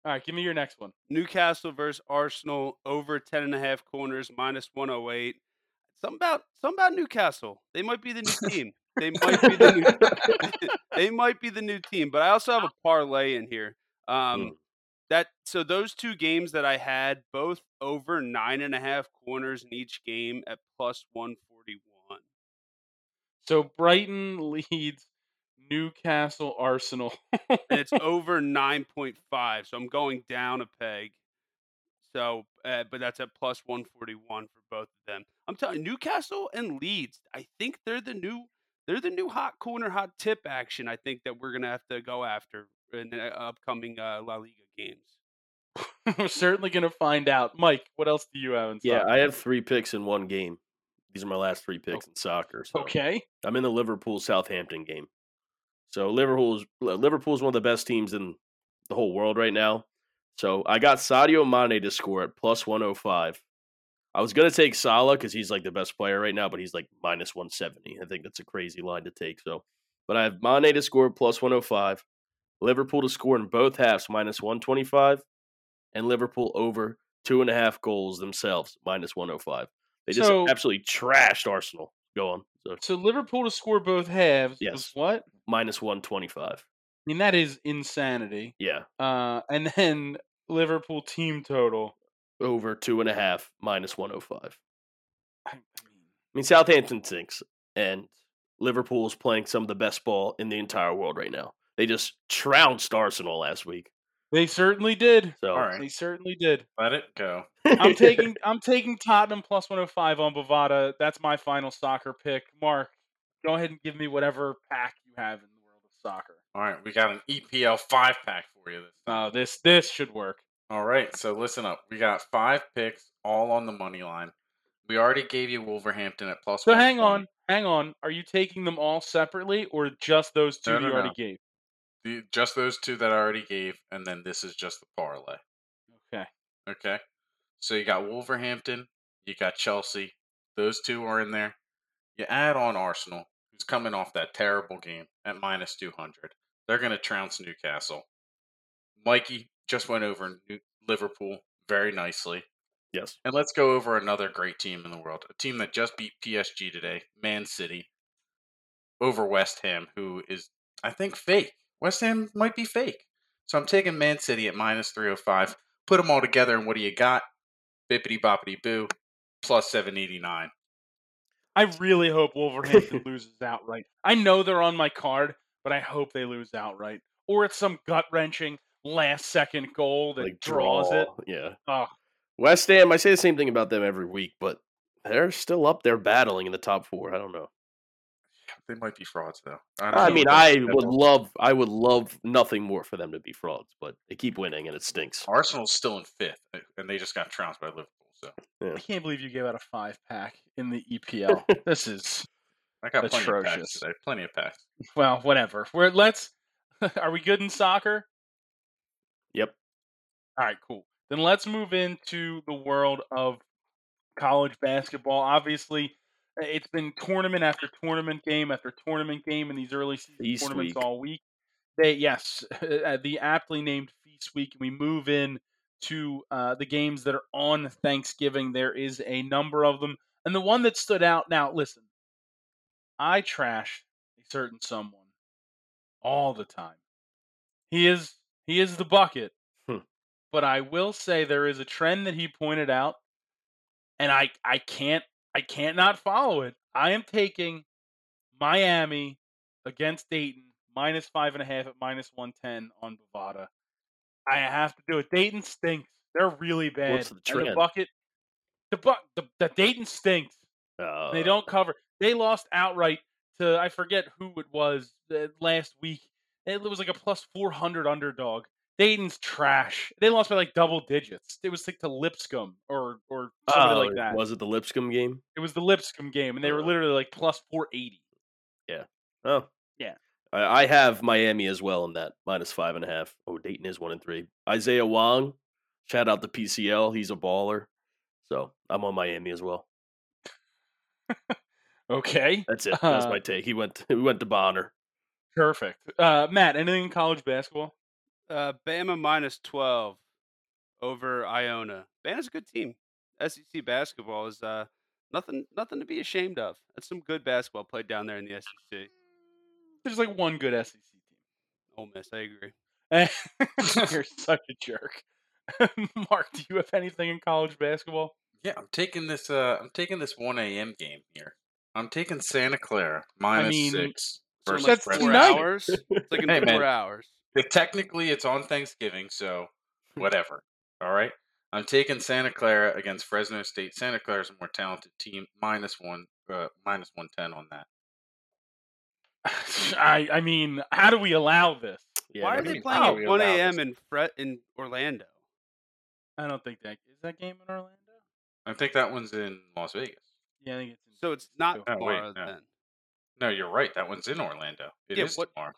All right, give me your next one. Newcastle versus Arsenal over 10 and a half corners minus 108. Something about something about Newcastle. They might be the new team. They might be the new, *laughs* they might be the new team, but I also have a parlay in here. Um Mm. that so those two games that I had both over nine and a half corners in each game at plus 141. So Brighton *laughs* leads Newcastle Arsenal. *laughs* and it's over 9.5 so i'm going down a peg so uh, but that's at plus 141 for both of them i'm telling newcastle and leeds i think they're the new they're the new hot corner hot tip action i think that we're gonna have to go after in the upcoming uh, la liga games We're certainly going to find out. Mike, what else do you have in Yeah, soccer? I have three picks in one game. These are my last three picks in soccer. So okay. I'm in the Liverpool Southampton game. So Liverpool's Liverpool's one of the best teams in the whole world right now. So I got Sadio Mane to score at plus 105. I was gonna take Salah because he's like the best player right now, but he's like minus 170. I think that's a crazy line to take. So, but I have Mane to score plus 105, Liverpool to score in both halves minus 125, and Liverpool over two and a half goals themselves minus 105. They just So- absolutely trashed Arsenal. Go on. So So Liverpool to score both halves was Yes. what? I minus 125. mean, that is insanity. Yeah. Uh, and then Liverpool team total. Over two and a half, minus 105. I, I mean, I mean, Southampton sinks, and Liverpool's playing some of the best ball in the entire world right now. They just trounced Arsenal last week. they certainly did. So All right. They certainly did. Let it go. I'm *laughs* *laughs* taking I'm taking Tottenham plus 105 on Bovada. That's my final soccer pick. Mark, go ahead and give me whatever pack you have in the world of soccer. All right, we got an EPL five pack for you. This time. Oh, this this should work. All right, so listen up. We got five picks all on the money line. We already gave you Wolverhampton at plus. So hang 120. on, hang on. Are you taking them all separately or just those two No, that no, you already no. gave? The, just those two that I already gave, and then this is just the parlay. Okay. Okay. So you got Wolverhampton, you got Chelsea. Those two are in there. You add on Arsenal, who's coming off that terrible game at minus 200. They're going to trounce Newcastle. Mikey just went over New- Liverpool very nicely. yes. And let's go over another great team in the world, a team that just beat PSG today, Man City, over West Ham, who is, I think, fake. West Ham might be fake. So I'm taking Man City at minus 305. Put them all together, and what do you got? Bippity boppity boo, plus 789. I really hope *laughs* Wolverhampton loses outright. I know they're on my card, but I hope they lose outright. Or it's some gut wrenching last second goal that Like draws it. draw, Yeah. Oh. West Ham, I say the same thing about them every week, but they're still up there battling in the top four. I don't know. They might be frauds, though. don't I know mean, about I that. would love, I would love nothing more for them to be frauds, but they keep winning and it stinks. Arsenal's still in fifth, uh, and they just got trounced by Liverpool. So I can't believe you gave out a five pack in the EPL. *laughs* this is I got plenty of Atrocious. packs today. Plenty of packs. well, whatever. We're let's *laughs* are we good in soccer? Yep. All right, cool. Then let's move into the world of college basketball. Obviously, uh, it's been tournament after tournament game after tournament game in these early season Feast tournaments week. all week. They yes, *laughs* uh, the aptly named feast week. We move in to uh, the games that are on Thanksgiving. There is a number of them, and the one that stood out. Now, listen, I trash a certain someone all the time. He is he is the bucket. Hmm. But I will say there is a trend that he pointed out, and I I can't I can't not follow it. I am taking Miami against Dayton minus five and a half at minus one ten on Bovada. I have to do it. Dayton stinks. They're really bad. What's the and trend? bucket, the buck, the, the Dayton stinks. Uh, They don't cover. They lost outright to I forget who it was uh, last week. It was like a plus four hundred underdog, Dayton's trash. They lost by like double digits. It was like to Lipscomb or or somebody like that. uh, Was Oh, it the Lipscomb game? It was the Lipscomb game, and they were Oh. literally like plus four eighty. Oh. Yeah. I, I have Miami as well in that minus five and a half. Oh, Dayton is one and three. Isaiah Wong, shout out the PCL. He's a baller. So I'm on Miami as well. Okay, That's it. That's Uh, my take. He went *laughs* he went to Bonner. perfect. Uh, Matt, anything in college basketball? Uh, Bama minus 12 over Iona. Bama's a good team. SEC basketball is uh, nothing nothing to be ashamed of. That's some good basketball played down there in the E SEC. There's like one good SEC team. Ole Miss, I agree. *laughs* *laughs* You're such a jerk. *laughs* Mark, do you have anything in college basketball? *sighs* Yeah, I'm taking this. Uh, I'm taking this 1 a.m. game here. I'm taking Santa Clara minus mean, six. So in versus like That's Fresno four tonight. *laughs* State. hours. It's like in Hey, four man. hours. But technically, it's on Thanksgiving, so whatever. All right, I'm taking Santa Clara against Fresno State. Santa Clara's a more talented team. Minus one, uh, minus one ten on that. I I mean, how do we allow this? Yeah, Why are that's- they mean, playing how at we 1 allow a.m. this. in Fre- in Orlando? I don't think that is that game in Orlando. I think that one's in Las Vegas. Yeah, I think it's. in So it's Oh, not wait, tomorrow no. then. No, you're right. That one's in Orlando. It is Yeah, what- tomorrow.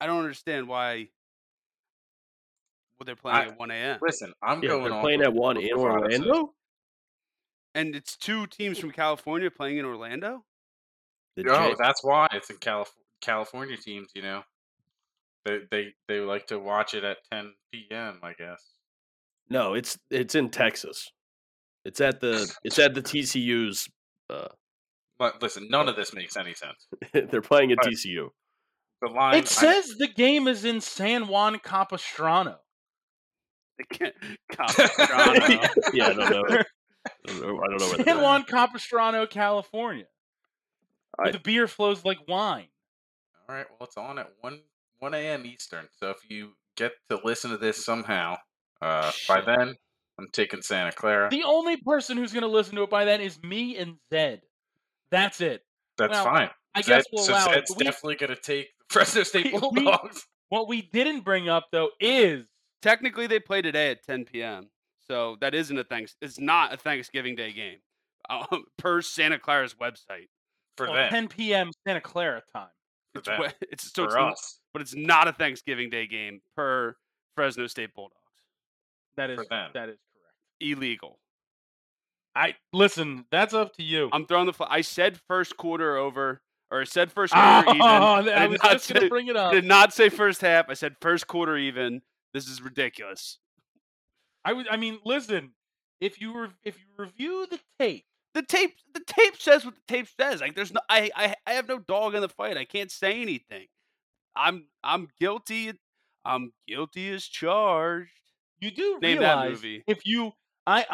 I don't understand why well, they're I- playing at 1 a.m. Listen, I'm yeah, going. they're off playing of at one what in Bravado said. Orlando. And it's two teams from California playing in Orlando? The Oh, J- that's why it's in Calif- California teams. You know, they they they like to watch it at 10 p.m. I guess. no, it's it's in Texas. It's *laughs* at the it's at the TCU's. Uh, But listen, none of this makes any sense. *laughs* they're playing at Right. TCU. The line. I- It says the game is in San Juan Capistrano. They *laughs* can't- Capistrano. yeah, I don't know. *laughs* I don't know, I don't know where San they're at. Juan Capistrano, California. I- the beer flows like wine. all right. Well, it's on at 1 1 a.m. Eastern. So if you get to listen to this somehow, uh, by Shit. then I'm taking Santa Clara. The only person who's going to listen to it by then is me and Zed. That's it. That's well, fine. I guess Zed- we'll so allow it. Zed's but we- definitely going to take *laughs* the Fresno State We- we- Bulldogs. what we didn't bring up though is Technically, they play today at 10 p.m. So that isn't a thanks. It's not a Thanksgiving Day game, um, *laughs* per Santa Clara's website. for well, them, 10 p.m. Santa Clara time. for It's, them, we- *laughs* it's so it's, for n- us, but it's not a Thanksgiving Day game per Fresno State Bulldogs. That is For them. that is correct. Illegal. I listen. That's up to you. *laughs* I'm throwing the. Fl- I said first quarter over, or I said first quarter *laughs* even. Oh, I I did was not just going say- to bring it I up. did not say first half. I said first quarter even. This is ridiculous. I was. I mean, listen. If you re- if you review the tape, the tape the tape says what the tape says. Like there's no I I, I have no dog in the fight. I can't say anything. I'm I'm guilty. I'm guilty as charged. you do Name that realize movie. if you I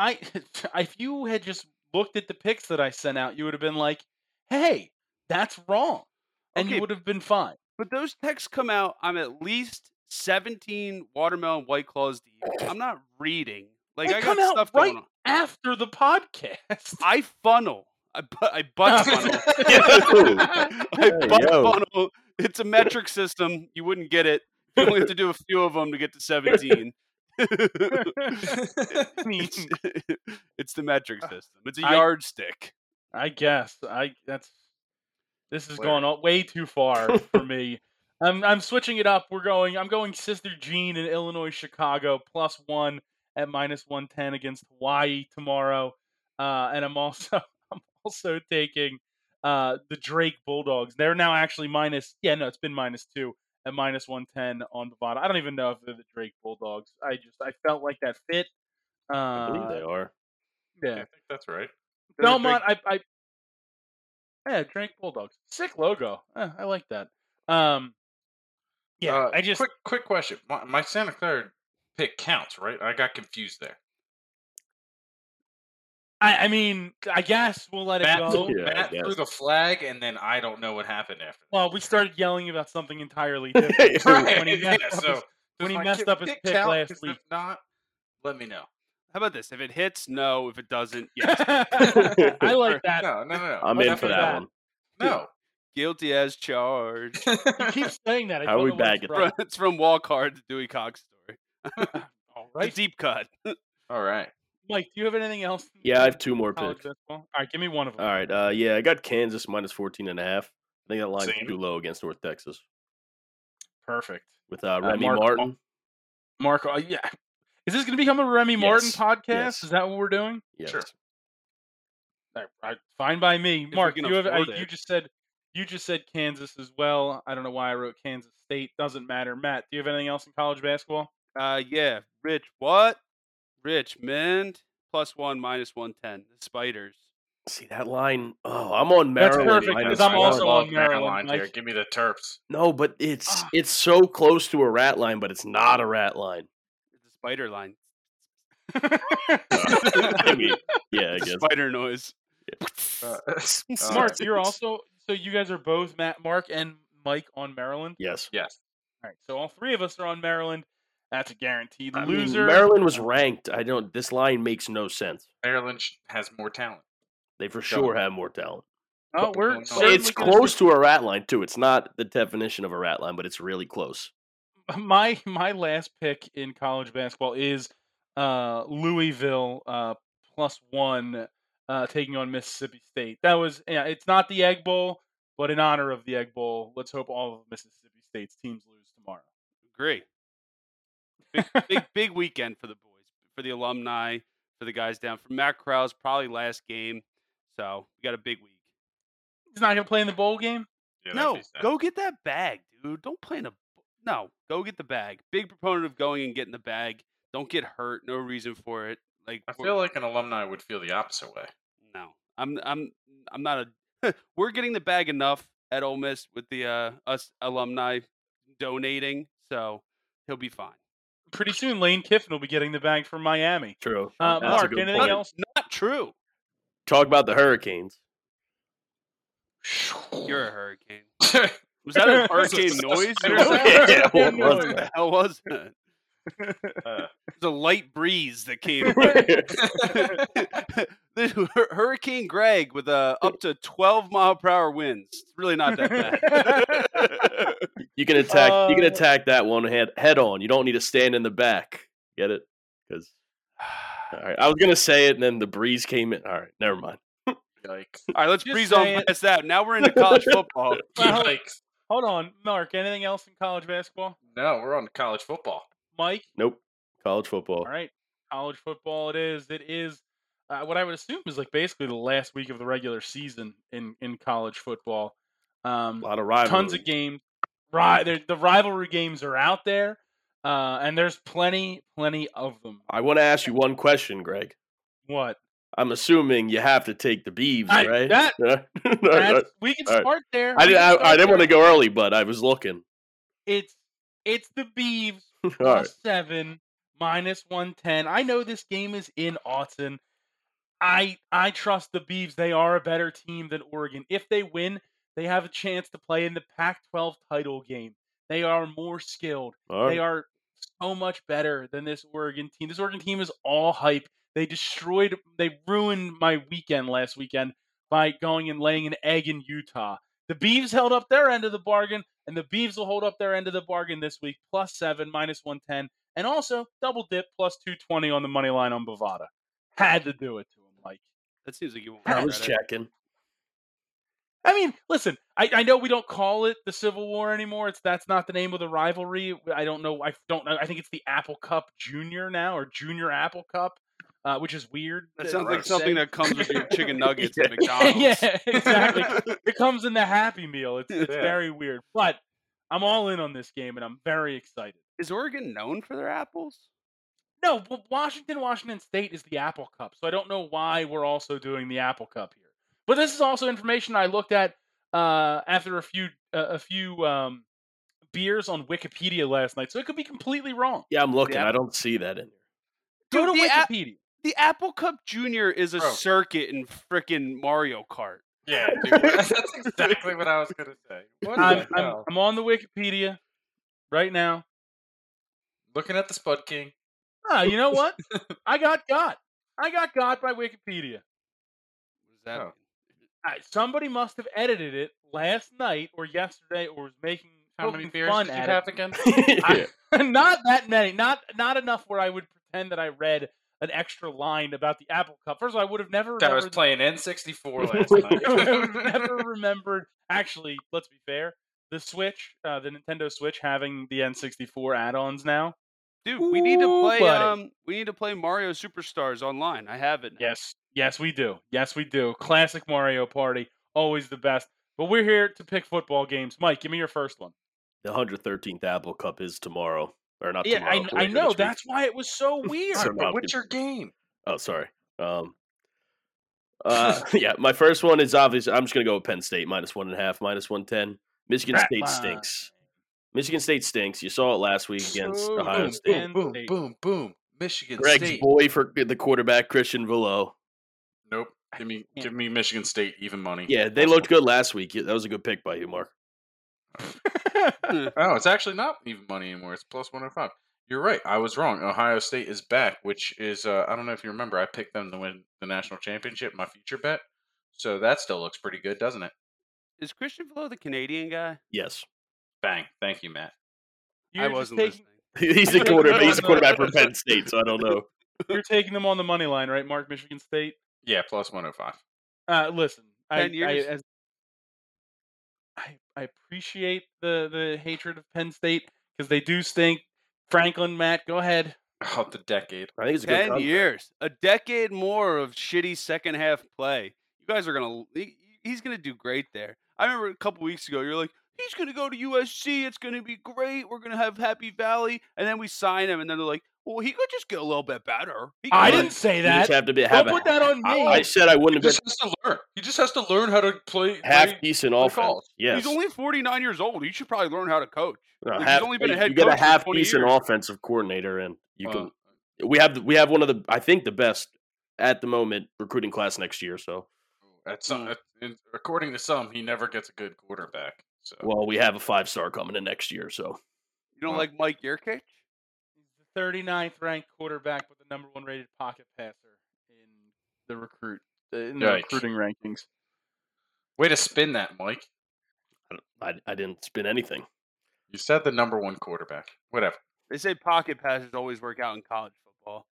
I *laughs* if you had just looked at the pics that I sent out, you would have been like, "Hey, that's wrong," and Okay. you would have been fine. But those texts come out. I'm at least 17 watermelon white claws deep. I'm not reading. Like They I come got out stuff right- going on. After the podcast, *laughs* I funnel. I bu- I butt funnel. *laughs* *laughs* I Hey, butt yo. funnel. It's a metric system. You wouldn't get it. You only have to do a few of them to get to I 17. mean, *laughs* *laughs* it's, it's the metric system. It's a Uh, I- yardstick. I guess I that's this is Where? going all, way too *laughs* far for me. I'm I'm switching it up. We're going. I'm going Sister Jean in Illinois Chicago plus one at minus one ten against Hawaii tomorrow, uh, and I'm also *laughs* I'm also taking uh, the Drake Bulldogs. They're now actually minus. Yeah, no, it's been minus two at minus one ten on Bovada. I don't even know if they're the Drake Bulldogs. I just I felt like that fit. Uh, I believe they *laughs* are. *laughs* Yeah, I Yeah. think that's right. They're the Belmont, I, I, yeah, Drake Bulldogs. Sick logo. Eh, I like that. Um, yeah, Uh, I just quick quick question. My, my Santa Clara pick counts, right? I got confused there. I, I mean, I guess we'll let it Matt, go. Yeah, I Matt threw guess. the flag, and then I don't know what happened after. that. Well, we started yelling about something *laughs* entirely different. *laughs* when *laughs* he messed up his- when does he my messed kick- up his pick count? last 'Cause week. If not, let *laughs* me know. How about this? If it hits, no. If it doesn't, yes. *laughs* I *laughs* like that. No, no, no. no. I'm What in happened for to that one. No. Guilty as charged. He keeps saying *laughs* that. I How are don't we know where back it's at from. it's from Walk Hard to Dewey Cox story. *laughs* All *laughs* The right. deep cut. *laughs* All right. Mike, do you have anything else? Yeah, I have two more College picks. basketball? All right, give me one of them. All right. Uh, yeah, I got Kansas minus 14 and a half. I think that line's Same. too low against North Texas Perfect. with uh, Remy Mark- Martin. Marco, uh, yeah. Is this going to become a Remy Martin Yes, podcast? yes. Is that what we're doing? Yes. Sure. I, I, fine by me. we Mark, can you have I, afford you it. just said you just said Kansas as well. I don't know why I wrote Kansas State. Doesn't matter. Matt, do you have anything else in college basketball? Uh, yeah, Rich. What? Richmond plus one minus one ten. The spiders. See that line? Oh, I'm on That's Maryland. perfect, minus 'cause I'm one. also on Love Maryland, Mike. here. Give me the *laughs* Terps. No, but it's Ah. it's so close to a rat line, but it's not a rat *laughs* line. The spider line. *laughs* I mean, yeah, I The *laughs* guess. spider noise. Uh, Mark, you're also so you guys are both Matt, Mark, and Mike on Maryland. Yes. yes. All right, so all three of us are on Maryland. That's a guaranteed I mean, loser. Maryland was ranked. I don't. This line makes no sense. Maryland sh- has more talent. They for Don't. sure have more talent. oh, we're It's certainly it's gonna close to a rat line too. It's not the definition of a rat line, but it's really close. my my last pick in college basketball is uh, Louisville uh, plus one uh, taking on Mississippi State. That was yeah, it's not the Egg Bowl, but in honor of the Egg Bowl, let's hope all of Mississippi State's teams lose tomorrow. Agree. Big big weekend for the boys, for the alumni, for the guys down. For Matt Krause, probably last game. So we got a big week. He's not gonna play in the bowl game. Yeah, that'd No, be sad. go get that bag, dude. Don't play in a. No, go get the bag. Big proponent of going and getting the bag. Don't get hurt. No reason for it. Like I we're- feel like an alumni would feel the opposite way. no, I'm I'm I'm not a. *laughs* we're getting the bag enough at Ole Miss with the uh, us alumni donating, so he'll be fine. Pretty soon, Lane Kiffin will be getting the bag from Miami. True. Uh, Oh, That's a Mark, good anything point. else? Not true. Talk about the Hurricanes. You're a hurricane. *laughs* That's Was that a That's hurricane just a noise? spider What sound. Yeah, *laughs* Yeah, what no. was that? the hell was that? *laughs* Uh, It was a light breeze that came. *laughs* *laughs* This hur- Hurricane Greg with uh, up to 12 mile per hour winds. It's really not that bad. you can attack. you can Uh, attack that one head head on. You don't need to stand in the back. Get it? *sighs* Because all right, I was gonna say it, and then the breeze came in. All right, never mind. yikes. All right, let's Just breeze on saying. past that. Now we're into college football. Well- Yikes. Hold on, Mark. Anything else in college basketball? No, we're on college football. Mike. Nope. College football. All right, college football. It is. It is uh, what I would assume is like basically the last week of the regular season in in college football. Um, A lot of rivalry. tons of games. Ri- there- the rivalry games are out there, uh, and there's plenty, plenty of them. I want to ask you one question, Greg. What? I'm assuming you have to take the Beavs, I- right? that- *laughs* Yeah. That's- we can all right. start there. I we didn't. can I, I start didn't want to there. *laughs* go early, but I was looking. *laughs* It's it's the Beavs All right. plus seven minus one ten. I know this game is in Austin. I I trust the Beavs. They are a better team than Oregon. If they win, they have a chance to play in the Pac-12 title game. They are more skilled. All They right. are so much better than this Oregon team. This Oregon team is all hype. They destroyed. They ruined my weekend last weekend by going and laying an egg in Utah. The Beavs held up their end of the bargain, and the Beavs will hold up their end of the bargain this week, plus seven, minus 110, and also double dip, plus 220 on the money line on Bovada. Had to do it to him, Mike. That seems like you won't. I was regret checking. I mean, listen, I, I know we don't call it the Civil War anymore. It's that's not the name of the rivalry. I don't know. I don't know. I think it's the Apple Cup Junior now or Junior Apple Cup, uh, which is weird. it. That to sounds like say. *laughs* something that comes with your chicken *laughs* nuggets at McDonald's. yeah, exactly. *laughs* It comes in the Happy Meal. It's, it's Yeah. very weird, but I'm all in on this game and I'm very excited. Is Oregon known for their apples? No, but Washington, Washington State is the Apple Cup, so I don't know why we're also doing the Apple Cup here. But this is also information I looked at uh, after a few uh, a few um, beers on Wikipedia last night, so it could be completely wrong. Yeah, I'm looking. Yeah. I don't see that in there. Go to Dude, the app- Wikipedia. The Apple Cup Junior is a Bro. circuit in frickin' Mario Kart. *laughs* Yeah, dude. That's exactly what I was going to say. What I'm, the I'm, hell? I'm on the Wikipedia right now. Looking at the Spud King. Ah, you know *laughs* what? I got got. I got got by Wikipedia. What does that Oh. mean? I- somebody must have edited it last night or yesterday or was making How Well, many be beers fun did you at it. *laughs* have again? *laughs* I- *laughs* not that many. Not not enough where I would pretend that I read an extra line about the Apple Cup. First of all, I would have never I was remembered- playing N64 last I *laughs* would have *laughs* night. never remembered. Actually, let's be fair. The Switch, uh, the Nintendo Switch, having the N64 add-ons now. Dude, we need to Ooh, play. buddy. Um, we need to play Mario Superstars online. I have it. now. Yes, yes, we do. Yes, we do. Classic Mario Party, always the best. But we're here to pick football games. Mike, give me your first one. The 113th Apple Cup is tomorrow. Or not Yeah, tomorrow. I, but I later this know. week. That's why it was so weird. Sorry. but what's your game? Oh, sorry. Um, *laughs* uh, *laughs* yeah, my first one is obvious. I'm just going to go with Penn State minus one and a half, minus 110. Michigan Rat State line. stinks. Michigan State stinks. You saw it last week against So Ohio boom, State. Penn boom, State. boom, boom. Michigan Greg's State. boy for the quarterback, Christian Velo. Nope. Give me, give me Michigan State even money. Yeah, they looked good last week. That was a good pick by you, Mark. *laughs* Oh, it's actually not even money anymore. It's plus 105. You're right. I was wrong. Ohio State is back, which is, uh, I don't know if you remember, I picked them to win the national championship, my future bet. So that still looks pretty good, doesn't it? Is Christian Velo the Canadian guy? Yes, *laughs* Bang. Thank you, Matt. You're I just wasn't taking, he's the *laughs* quarterback. He's the quarterback for Penn State, so I don't know. You're taking them on the money line, right, Mark? Michigan State. Yeah, plus *laughs* 105. Uh, listen, I, Ten years? I, as, I I appreciate the the hatred of Penn State because they do stink. Franklin, Matt, go ahead. Out the decade. I think it's a good. listening. Ten contract. years, a decade more of shitty second half play. You guys are gonna. l- he- He's gonna do great there. I remember a couple weeks ago, you're like, he's gonna go to USC. It's gonna be great. We're gonna have Happy Valley, and then we sign him, and then they're like, well, he could just get a little bit better. He I could." didn't say You just that. have to be have Don't a- put that on I- me. I said I He wouldn't have just has to learn. He just has to learn how to play. been half play- decent play offense. calls. Yes, He's only 49 years old. He should probably learn how to coach. No, he's half- only been a head You get a coach for half 20 decent years. offensive coordinator, and you Well, can. We have the- we have one of the I think the best at the moment recruiting class next year. So at some, at, in- according to some, he never gets a good quarterback. So Oh. well, we have a five star coming in next year. So You don't Well- like Mike Yerkich? He's the 39th ranked quarterback, but the number one rated pocket passer in the recruit uh, in the Yikes. recruiting *laughs* rankings. way to spin that, Mike. I don't- I, I didn't spin anything. You said the number one quarterback. Whatever. They say pocket passes always work out in college football.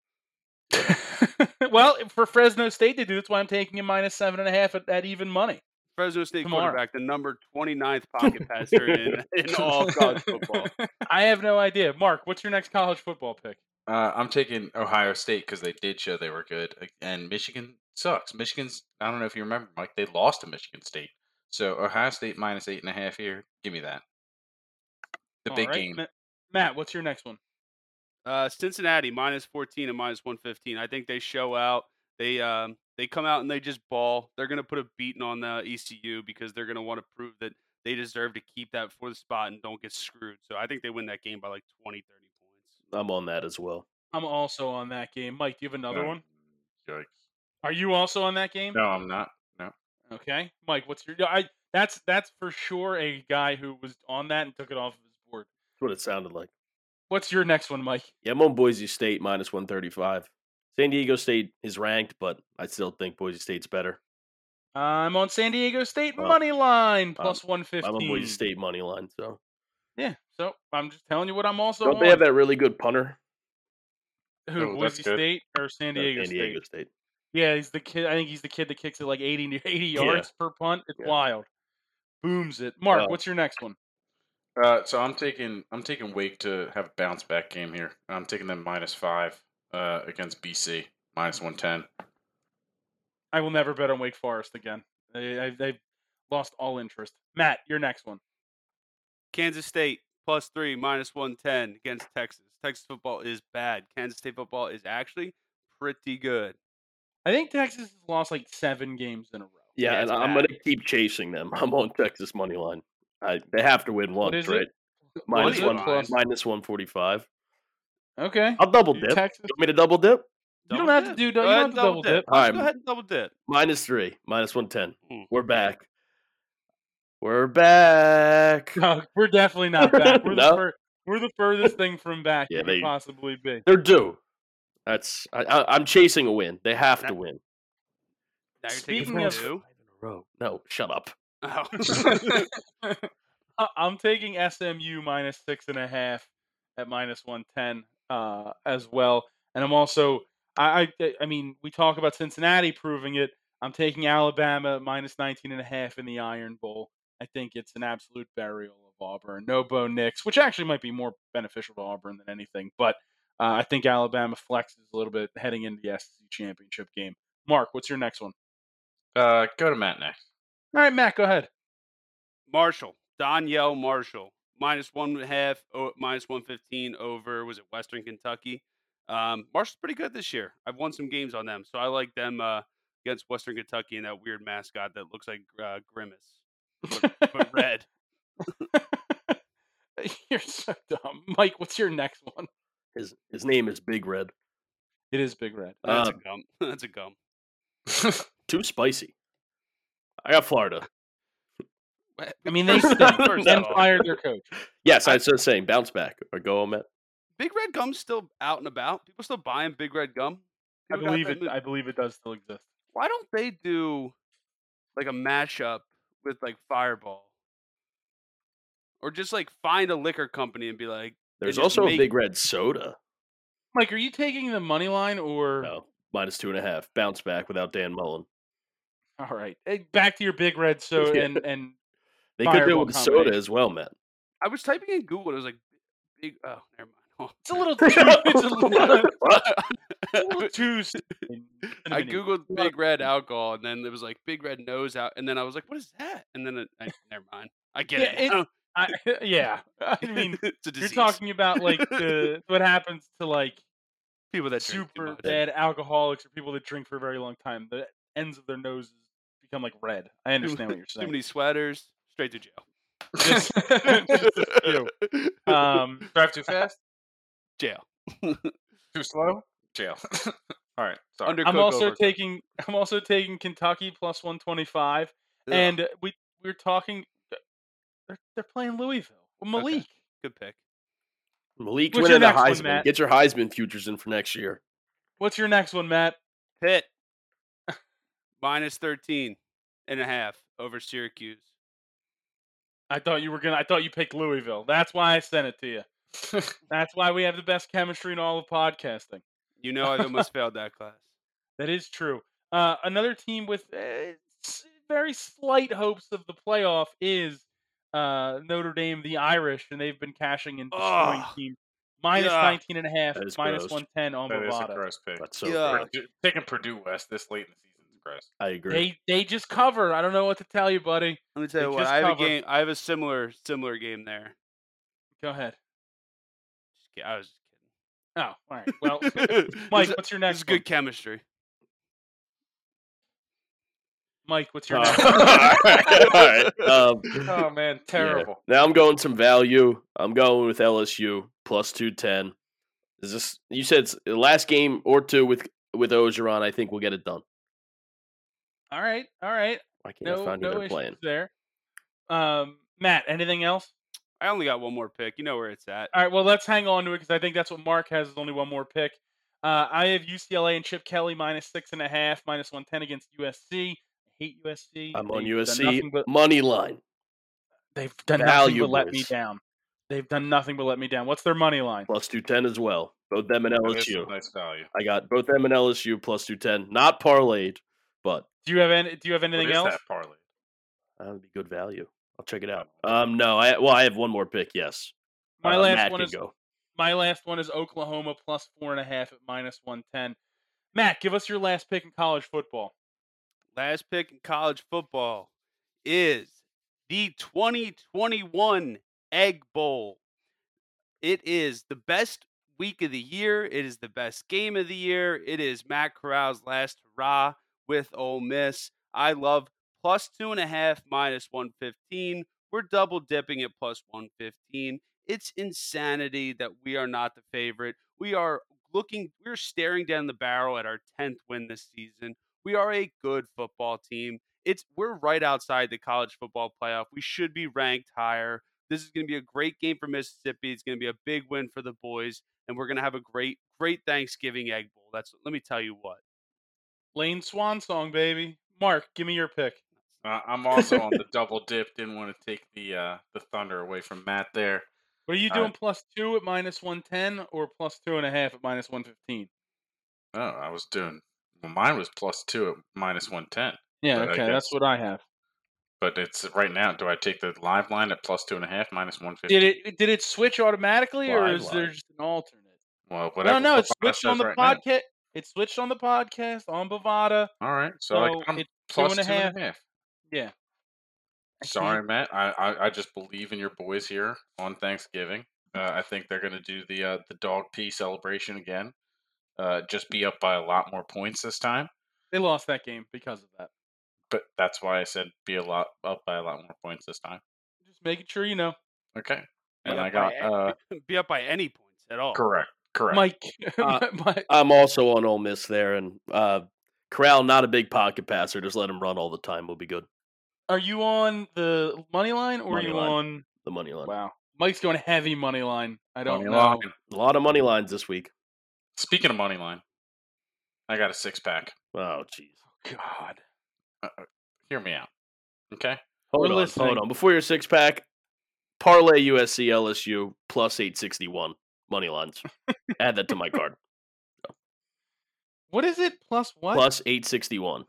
well, for Fresno State to do, that's why I'm taking a minus seven and a half at, at even money. Fresno State Tomorrow. quarterback, the number 29th pocket passer *laughs* in, *laughs* in all college football. I have no idea. Mark, what's your next college football pick? Uh, I'm taking Ohio State because they did show they were good, uh, and Michigan sucks. Michigan's I don't know if you remember, Mike. They lost to Michigan State, so Ohio State minus eight and a half here. Give me that. The All big right, game. Ma- Matt, what's your next one? Uh, Cincinnati minus 14 and minus 115. I think they show out. They um, they come out and they just ball. They're gonna put a beating on the ECU because they're gonna want to prove that they deserve to keep that fourth spot and don't get screwed. So I think they win that game by like 20, 30 points. I'm on that as well. I'm also on that game. Mike, do you have another Um, one? yikes. Are you also on that game? No, I'm not. No. Okay, Mike, what's your? I that's that's for sure a guy who was on that and took it off of his board. That's what it sounded like. What's your next one, Mike? Yeah, I'm on Boise State minus 135. San Diego State is ranked, but I still think Boise State's better. I'm on San Diego State Well, money line plus one I'm on fifteen. Boise State money line. So Yeah, so I'm just telling you what I'm also don't on. they have that really good punter? Oh, Who, that's Boise good. State or San Uh, Diego, San Diego State? State. Yeah, he's the kid. I think he's the kid that kicks it like 80, 80 Yeah. yards per punt. It's Yeah. wild. Booms it. Mark, Uh, what's your next one? Uh, so I'm taking I'm taking Wake to have a bounce back game here. I'm taking them minus five uh, against BC minus one ten. I will never bet on Wake Forest again. They, I, they've lost all interest. Matt, your next one. Kansas State plus three, minus 110 against Texas. Texas football is bad. Kansas State football is actually pretty good. I think Texas has lost like seven games in a row. Yeah, Yeah, and it's I'm bad. going to keep chasing them. *laughs* I'm on Texas money line. I, they have to win once, is it? right? Minus is it? one Plus- minus one forty five. Okay. I'll double dip. Texas. You want me to double dip? You Double don't have dip. to do. You Go don't ahead have to and double dip. All right, Go ahead and double dip. minus three, minus one ten. Mm. We're back. We're back. No, we're definitely not *laughs* back. We're, No? the fur- we're the furthest thing from back Yeah, you could they- possibly be. They're due. That's I, I, I'm chasing a win. They have to That- win. Now you're Speaking taking of- two. *laughs* No, shut up. Oh. I- I'm taking SMU minus six and a half at minus one ten uh, as well, and I'm also I, I I mean we talk about Cincinnati proving it. I'm taking Alabama at minus 19 and a half in the Iron Bowl. I think it's an absolute burial of Auburn. No Bo Nix, which actually might be more beneficial to Auburn than anything, but uh, I think Alabama flexes a little bit heading into the SEC championship game. Mark, what's your next one? Uh, go to Matt next. All right, Matt, go ahead. Marshall, Danielle Marshall, minus one and a half, o- minus 115 over, was it Western Kentucky? Um, Marshall's pretty good this year. I've won some games on them, so I like them uh, against Western Kentucky and that weird mascot that looks like uh, Grimace, but, *laughs* but red. *laughs* You're so dumb. Mike, what's your next one? His his name is Big Red. It is Big Red. That's Um, a gum. *laughs* That's a gum. Too spicy. I got Florida. I mean, they *laughs* First- stink. first And off, fired *laughs* their coach. Yes, I was just saying, bounce back or go on it. Big Red Gum's still out and about. People still buying Big Red Gum. I People got believe that it. move. I believe it does still exist. Why don't they do like a mashup with like Fireball? Or just like find a liquor company and be like, There's just also a make- Big Red soda. Mike, are you taking the money line or? No, minus two and a half. Bounce back without Dan Mullen. All right, Eh, back to your Big *laughs* Red. So Yeah. and and They could do Fireball it with soda combination. as well, man. I was typing in Google and it was like, big, oh, never mind. *laughs* Oh, *laughs* it's a little too. *laughs* It's a little, a little too. *laughs* soon. I Anyway, Googled Big Red alcohol and then it was like Big Red nose out. And then I was like, what is that? And then it, I, never mind. I get Yeah, it. it- now. *laughs* I, *laughs* yeah, I mean, it's a you're disease. talking about like the what happens to like people that drink too super much. bad alcoholics or people that drink for a very long time. The ends of their noses become like red. I understand what you're *laughs* Too saying. many sweaters, straight *laughs* to jail. Just- *laughs* just a few. *laughs* Um, Drive too fast, jail. too slow, jail. *laughs* All right, sorry. Undercooked. I'm also overcooked. taking I'm also taking Kentucky plus 125 Ugh, and we we were talking uh, they're, they're playing Louisville. Well, Okay. Malik. good pick. Malik What's your winning a next one, Heisman. Matt? Get your Heisman futures in for next year. What's your next one, Matt? *laughs* Pitt minus 13 and a half over Syracuse. I thought you were gonna I thought you picked Louisville. That's why I sent it to you. *laughs* That's why we have the best chemistry in all of podcasting. You know *laughs* I've almost failed that class. That is true. Uh, another team with uh, s- very slight hopes of the playoff is uh, Notre Dame, the Irish, and they've been cashing in destroying Ugh. teams. Minus Yeah. 19 and a half, That is minus gross. 110 on that is a Bovada. gross pick. That's so Yeah. gross. Purdue- Picking Purdue West this late in the season is gross. I agree. They, they just cover. I don't know what to tell you, buddy. Let me tell They you what. just I have covered. a game. I have a similar similar game there. Go ahead. Just kid- I was Oh, all right. Well, just kidding. Mike, *laughs* this, what's your this next is one? good chemistry. Mike, what's your Uh, next *laughs* all Oh. *laughs* one? *laughs* right. all right, Um, Oh man, Yeah. terrible. Now I'm going some value. I'm going with LSU plus two ten. Is this you said it's the last game or two with with Ogeron? I think we'll get it done. All right. All right. Why can't I No, find who no they're issues playing? there. Um, Matt, anything else? I only got one more pick. You know where it's at. All right, well, let's hang on to it because I think that's what Mark has is only one more pick. Uh, I have UCLA and Chip Kelly minus six and a half, minus 110 against USC. I hate USC. I'm on They've done USC nothing But, money line. they've done nothing but let me Valuables. down. They've done nothing but let me down. What's their money line? plus 210 as well. Both them and That is LSU. nice value. I got both them and LSU plus 210. Not parlayed, but Do you have any? Do you have What anything is else? that parlay? that would be good value. I'll check it out. Um, no, I well, I have one more pick. Yes, My Uh, last Matt one can is go. my last one is Oklahoma plus four and a half at minus 110. Matt, give us your last pick in college football. Last pick in college football is the 2021 Egg Bowl. It is the best week of the year. It is the best game of the year. It is Matt Corral's last hurrah with Ole Miss. I love plus two and a half, minus 115. We're double dipping at plus 115. It's insanity that we are not the favorite. We are looking, we're staring down the barrel at our 10th win this season. We are a good football team. It's we're right outside the college football playoff. We should be ranked higher. This is going to be a great game for Mississippi. It's going to be a big win for the boys, and we're going to have a great, great Thanksgiving egg bowl. That's let me tell you what. *laughs* Lane Swan song, baby. Mark, give me your pick. It's Uh, *laughs* I'm also on the double dip. Didn't want to take the uh, the thunder away from Matt there. What are you Uh, doing? plus two at minus one ten, or plus two and a half at minus one fifteen? Oh, I was doing. Well, mine was plus two at minus one ten, Yeah, But I okay, that's guess- what I have. but it's right now. Do I take the live line at plus two and a half, minus one fifty? Did it did it switch automatically, or Wide is there line. just an alternate? Well, whatever. no, no, it Bovada switched on says the right now. podcast. It switched on the podcast on Bovada. All right, so, So, I got 'em it's plus two and a half. Yeah. I Sorry, can't- Matt. I, I, I just believe in your boys here on Thanksgiving. Uh, I think they're going to do the uh, the dog pee celebration again. Uh, just be up by a lot more points this time. They lost that game because of that. But that's why I said be a lot up by a lot more points this time. Just making sure you know, Okay. And Yeah, I got by- uh, Be up by any points at all. correct. Correct. Mike. *laughs* Uh, Mike- I'm also on Ole Miss there, and uh, Corral not a big pocket passer. Just let him run all the time. Will be good. are you on the money line or Money are you line. on? The money line. Wow, Mike's going heavy money line. I don't Money know. line. A lot of money lines this week. Speaking of money line, I got a six pack. Oh, jeez. God, Hear me out. Okay. Hold We're on, listening. hold on. Before your six pack, parlay USC LSU plus eight sixty one money lines. Add that to my card. what is it? Plus *laughs* what? Plus eight sixty one.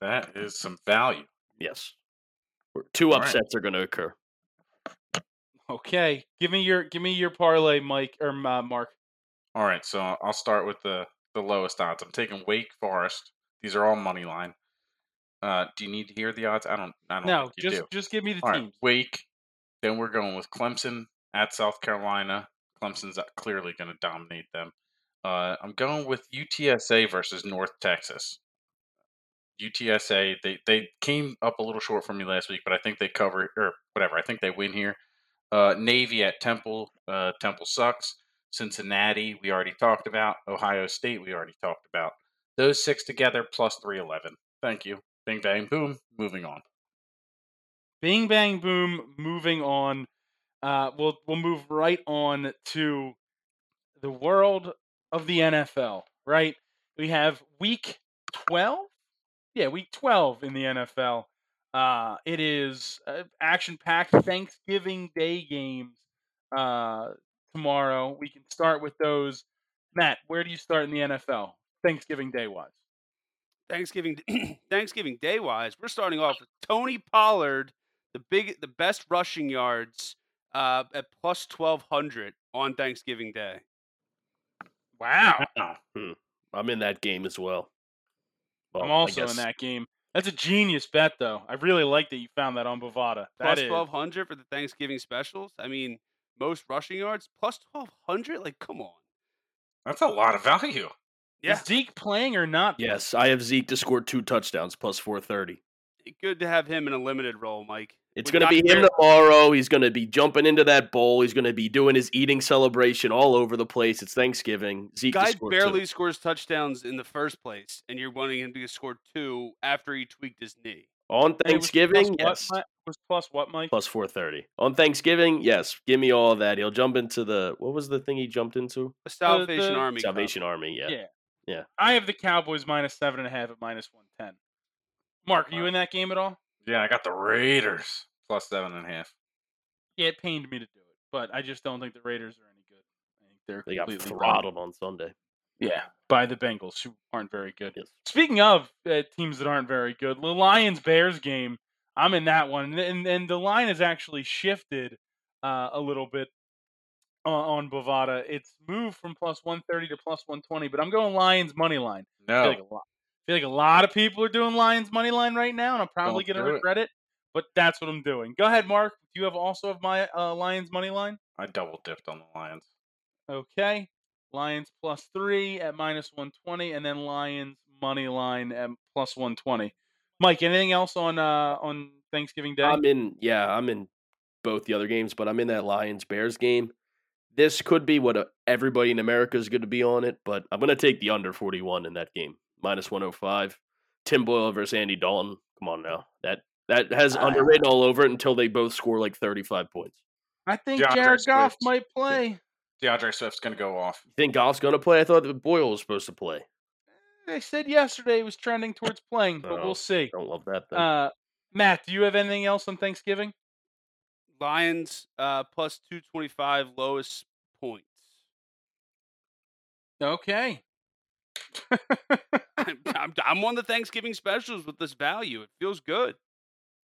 That is some value. Yes. We're- Two All right. upsets are going to occur. Okay, give me your give me your parlay, Mike or uh, Mark. All right, so uh, I'll start with the the lowest odds. I'm taking Wake Forest. These are all money line. Uh, do you need to hear the odds? I don't. I don't. No, think you just do. just give me the All right, teams. Wake. Then we're going with Clemson at South Carolina. Clemson's uh, clearly going to dominate them. Uh, I'm going with UTSA versus North Texas. UTSA they they came up a little short for me last week, but I think they cover or whatever. I think they win here. Uh, Navy at Temple. Uh, Temple sucks. Cincinnati we already talked about. Ohio State we already talked about. Those six together plus three eleven. Thank you. Bing bang boom. Moving on. Bing bang boom. Moving on. Uh, we'll we'll move right on to the world of the NFL. Right, we have week twelve. Yeah, week twelve in the NFL. Uh, it is uh, action-packed Thanksgiving Day games uh, tomorrow. We can start with those. Matt, where do you start in the NFL Thanksgiving Day wise? Thanksgiving *clears throat* Thanksgiving Day wise, we're starting off with Tony Pollard, the big the best rushing yards uh, at plus twelve hundred on Thanksgiving Day. Wow. I'm in that game as well. Well, I'm I also guess- in that game. That's a genius bet, though. I really like that you found that on Bovada. That Plus is twelve hundred for the Thanksgiving specials. I mean, most rushing yards plus twelve hundred. Like, come on. That's a lot of value. Yeah. Is Zeke playing or not? playing? Yes, I have Zeke to score two touchdowns plus 430. Good to have him in a limited role, Mike. It's With going to be Dr. him tomorrow. He's going to be jumping into that bowl. He's going to be doing his eating celebration all over the place. It's Thanksgiving. Zeke to Guy score two. barely scores touchdowns in the first place, and you're wanting him to score two after he tweaked his knee. It on was plus Thanksgiving. what, Yes, Mi- was plus what, Mike? plus four thirty on Thanksgiving. Yes, give me all that. He'll jump into the what was the thing he jumped into? The Salvation the- Army. Cup. Salvation Army. Yeah. Yeah. I have the Cowboys minus seven and a half at minus one ten. Mark, are you Wow. in that game at all? Yeah, I got the Raiders plus seven and a half. Yeah, it pained me to do it, but I just don't think the Raiders are any good. I think they're They got completely done throttled on Sunday. by the Bengals, who aren't very good. Yes. Speaking of uh, teams that aren't very good, the Lions Bears game, I'm in that one, and and, and the line has actually shifted uh, a little bit on, on Bovada. It's moved from plus one thirty to plus one twenty, but I'm going Lions money line. I No, feel, like a lot, I feel like a lot of people are doing Lions money line right now, and I'm probably Don't going to do it. regret it. But that's what I'm doing. Go ahead, Mark. Do you have also have my uh, Lions money line? I double dipped on the Lions. Okay. Lions plus three at minus 120, and then Lions money line at plus 120. Mike, anything else on uh, on Thanksgiving Day? I'm in. Yeah, I'm in both the other games, but I'm in that Lions Bears game. This could be what uh, everybody in America is going to be on it, but I'm going to take the under 41 in that game minus 105. Tim Boyle versus Andy Dalton. Come on now, that that has Ah. underwritten all over it until they both score like 35 points. I think DeAndre Jared Goff Swift. might play. DeAndre Swift's going to go off. You think Goff's going to play? I thought that Boyle was supposed to play. They said yesterday he was trending towards playing, but Oh, we'll see. Don't love that. Then. Uh, Matt, do you have anything else on Thanksgiving? Lions uh, plus 225 lowest points. *laughs* Okay. I'm, I'm, I'm on the Thanksgiving specials with this value. It feels good.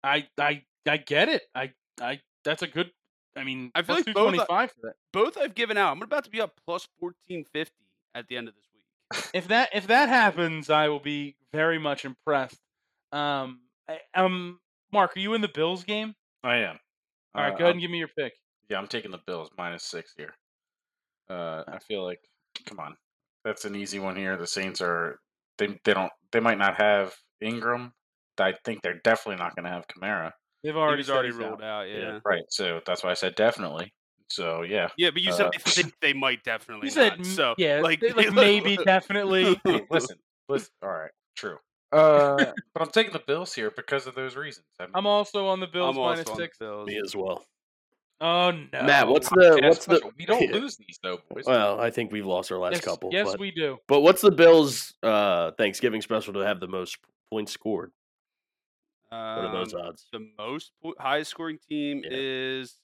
I I I get it. I I that's a good. I mean, I feel plus like both are- 225 for that. Both I've given out. I'm about to be up plus 1450 at the end of this week. if that if that happens, I will be very much impressed. Um, I- um, Mark, are you in the Bills game? I am. All right, go Uh, ahead I'm- and give me your pick. Yeah, I'm taking the Bills minus six here. Uh, I feel like, come on, that's an easy one here. The Saints are they they don't they might not have Ingram. I think they're definitely not going to have Kamara. They've I think already it's said already he's ruled out. out. Yeah. Yeah, right. So that's why I said definitely. So yeah, but you said Uh, *laughs* they think they might definitely. You said not, m- so. yeah, like, like, like maybe *laughs* definitely. *laughs* Hey, listen, listen. All right, true. Uh, *laughs* but I'm taking the Bills here because of those reasons. I'm, I'm also on the Bills I'm also minus on the six. Bills. Me as well. Oh no, Matt, what's the Yeah, what's the? uh, special. we don't *laughs* yeah. lose these though, boys. Well, I think we've lost our last yes, couple. Yes, but, we do. but what's the Bills' uh, Thanksgiving special to have the most points scored? What are those Um, odds the most po- highest scoring team Yeah. is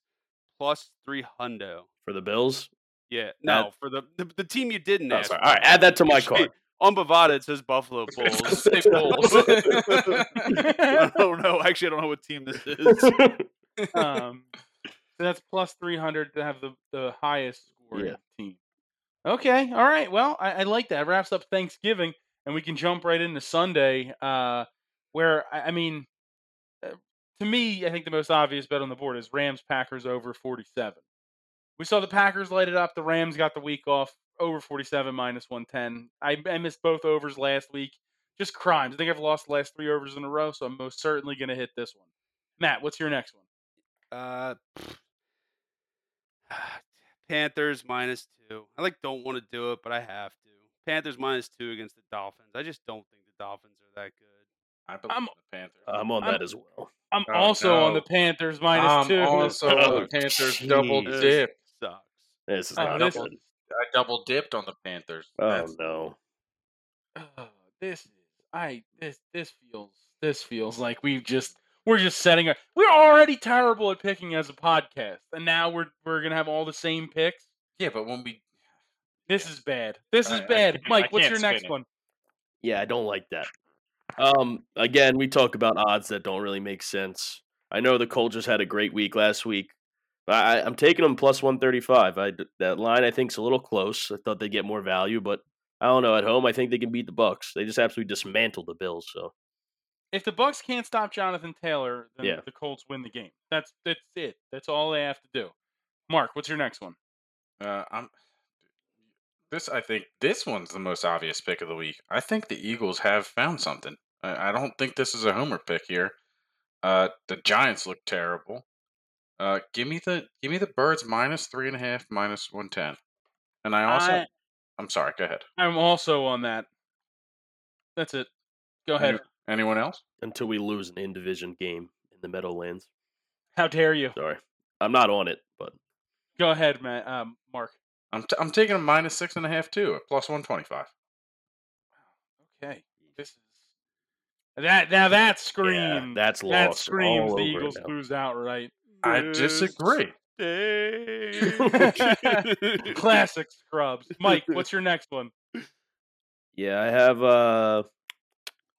plus three hundo. for the Bills? Yeah, no, That- for the, the the team you didn't Oh, ask. sorry. for. All right, add that to *laughs* my Actually, card. On Bovada, it says *laughs* Buffalo Bulls. Say *laughs* I don't know. Actually, I don't know what team this *laughs* is. um, so that's plus 300 to have the, the highest scoring Yeah. team. Okay. All right. Well, I, I like that. It wraps up Thanksgiving, and we can jump right into Sunday, uh, where, I, I mean, uh, to me, I think the most obvious bet on the board is Rams Packers over 47. We saw the Packers light it up. The Rams got the week off over 47 minus 110. I, I missed both overs last week. Just crimes. I think I've lost the last three overs in a row, so I'm most certainly going to hit this one. Matt, what's your next one? Uh, *sighs* Panthers minus two. I like don't want to do it, but I have to. Panthers minus two against the Dolphins. I just don't think the Dolphins are that good. I believe I'm- in the Panthers. I'm on I'm- that as well. I'm Oh, also on the no. Panthers minus I'm two. also *laughs* Oh, on the Panthers double jeez. This dip. sucks. This is Oh, not this- good. I double dipped on the Panthers. Oh That's- no. Ugh, Oh, this is I this this feels this feels like we've just we're just setting up. We're already terrible at picking as a podcast, and now we're we're gonna have all the same picks. yeah, but when we This is bad. This is I- I bad. can't- I Mike, what's can't your spin next it. one? Yeah, I don't like that. Um, again, we talk about odds that don't really make sense. I know the Colts just had a great week last week. but I, I'm taking them plus 135. I d- that line I think's a little close. I thought they'd get more value, but I don't know. At home, I think they can beat the Bucks. They just absolutely dismantled the Bills. So If the Bucks can't stop Jonathan Taylor, then Yeah. the Colts win the game. That's that's it. That's all they have to do. Mark, what's your next one? Uh, I'm this. I think this one's the most obvious pick of the week. I think the Eagles have found something. I, I don't think this is a homer pick here. Uh, the Giants look terrible. Uh, give me the give me the Birds minus three and a half, minus one ten. And I also, I, I'm sorry. Go ahead. I'm also on that. That's it. Go ahead. Any- Anyone else? until we lose an in division game in the Meadowlands, How dare you? sorry, I'm not on it. But Go ahead, Matt. Um, Mark. I'm t- I'm taking a minus six and a half too, at plus one twenty five. Okay. This is that now that screams yeah, that's lost. that screams all the over Eagles now. lose *coughs* outright. I This disagree. stinks. Classic scrubs. *coughs* Mike, what's your next one? Yeah, I have uh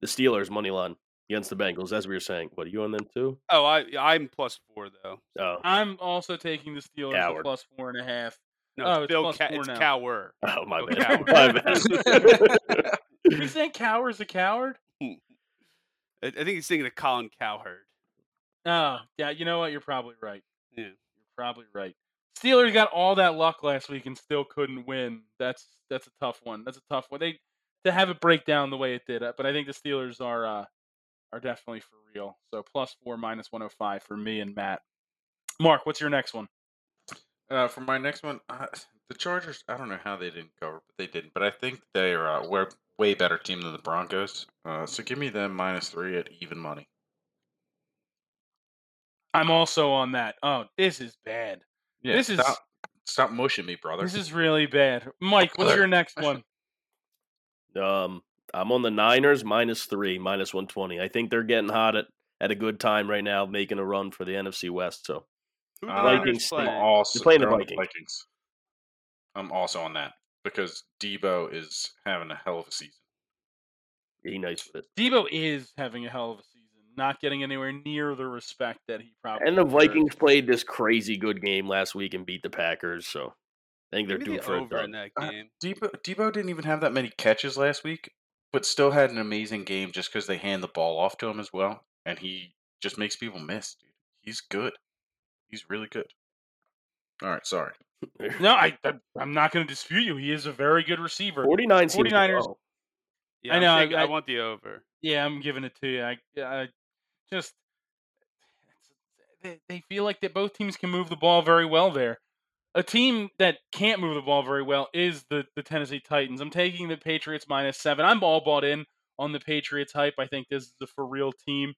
the Steelers money line against the Bengals, as we were saying. What are you on them too? Oh, I I'm plus four though. Oh, I'm also taking the Steelers at Coward. plus four and a half. No, Oh, it's it's Bill. plus Ca- four it's now. Cower. *laughs* oh my Oh, bad, coward. *laughs* my bad. *coughs* You saying Coward's a coward? I, I think he's thinking of Colin Cowherd. Oh, yeah. You know what? You're probably right. Yeah. You're probably right. Steelers got all that luck last week and still couldn't win. That's that's a tough one. That's a tough one. They to have it break down the way it did, uh, but I think the Steelers are uh, are definitely for real. So plus four, minus one hundred five for me and Matt. Mark, what's your next one? Uh, for my next one, uh, the Chargers. I don't know how they didn't cover, but they didn't. But I think they are a way, way better team than the Broncos. Uh, so give me them minus three at even money. I'm also on that. Oh, this is bad. Yeah, This is- stop, stop mushing me, brother. This is really bad. Mike, what's your next one? *laughs* *laughs* um, I'm on the Niners minus three, minus one twenty. I think they're getting hot at at a good time right now, making a run for the NFC West. So Who do Uh, the Vikings Niners stink. I'm play? also playing the they're on Vikings. I'm also on that because Debo is having a hell of a season. be nice with it. Debo is having a hell of a season, not getting anywhere near the respect that he probably. And the deserves. Vikings played this crazy good game last week and beat the Packers. So I think they're Give me due the for a over in dub. that Uh, game. Debo Debo didn't even have that many catches last week, but still had an amazing game just because they hand the ball off to him as well, and he just makes people miss. Dude, he's good. He's really good. All right, sorry. No, I, I I'm not going to dispute you. He is a very good receiver. 49 seems 49ers low. Yeah, I I'm know, taking- I, I- want the over. Yeah, I'm giving it to you. I, I just they, they feel like that both teams can move the ball very well there. A team that can't move the ball very well is the the Tennessee Titans. I'm taking the Patriots minus seven. I'm all bought in on the Patriots hype. I think this is a for real team.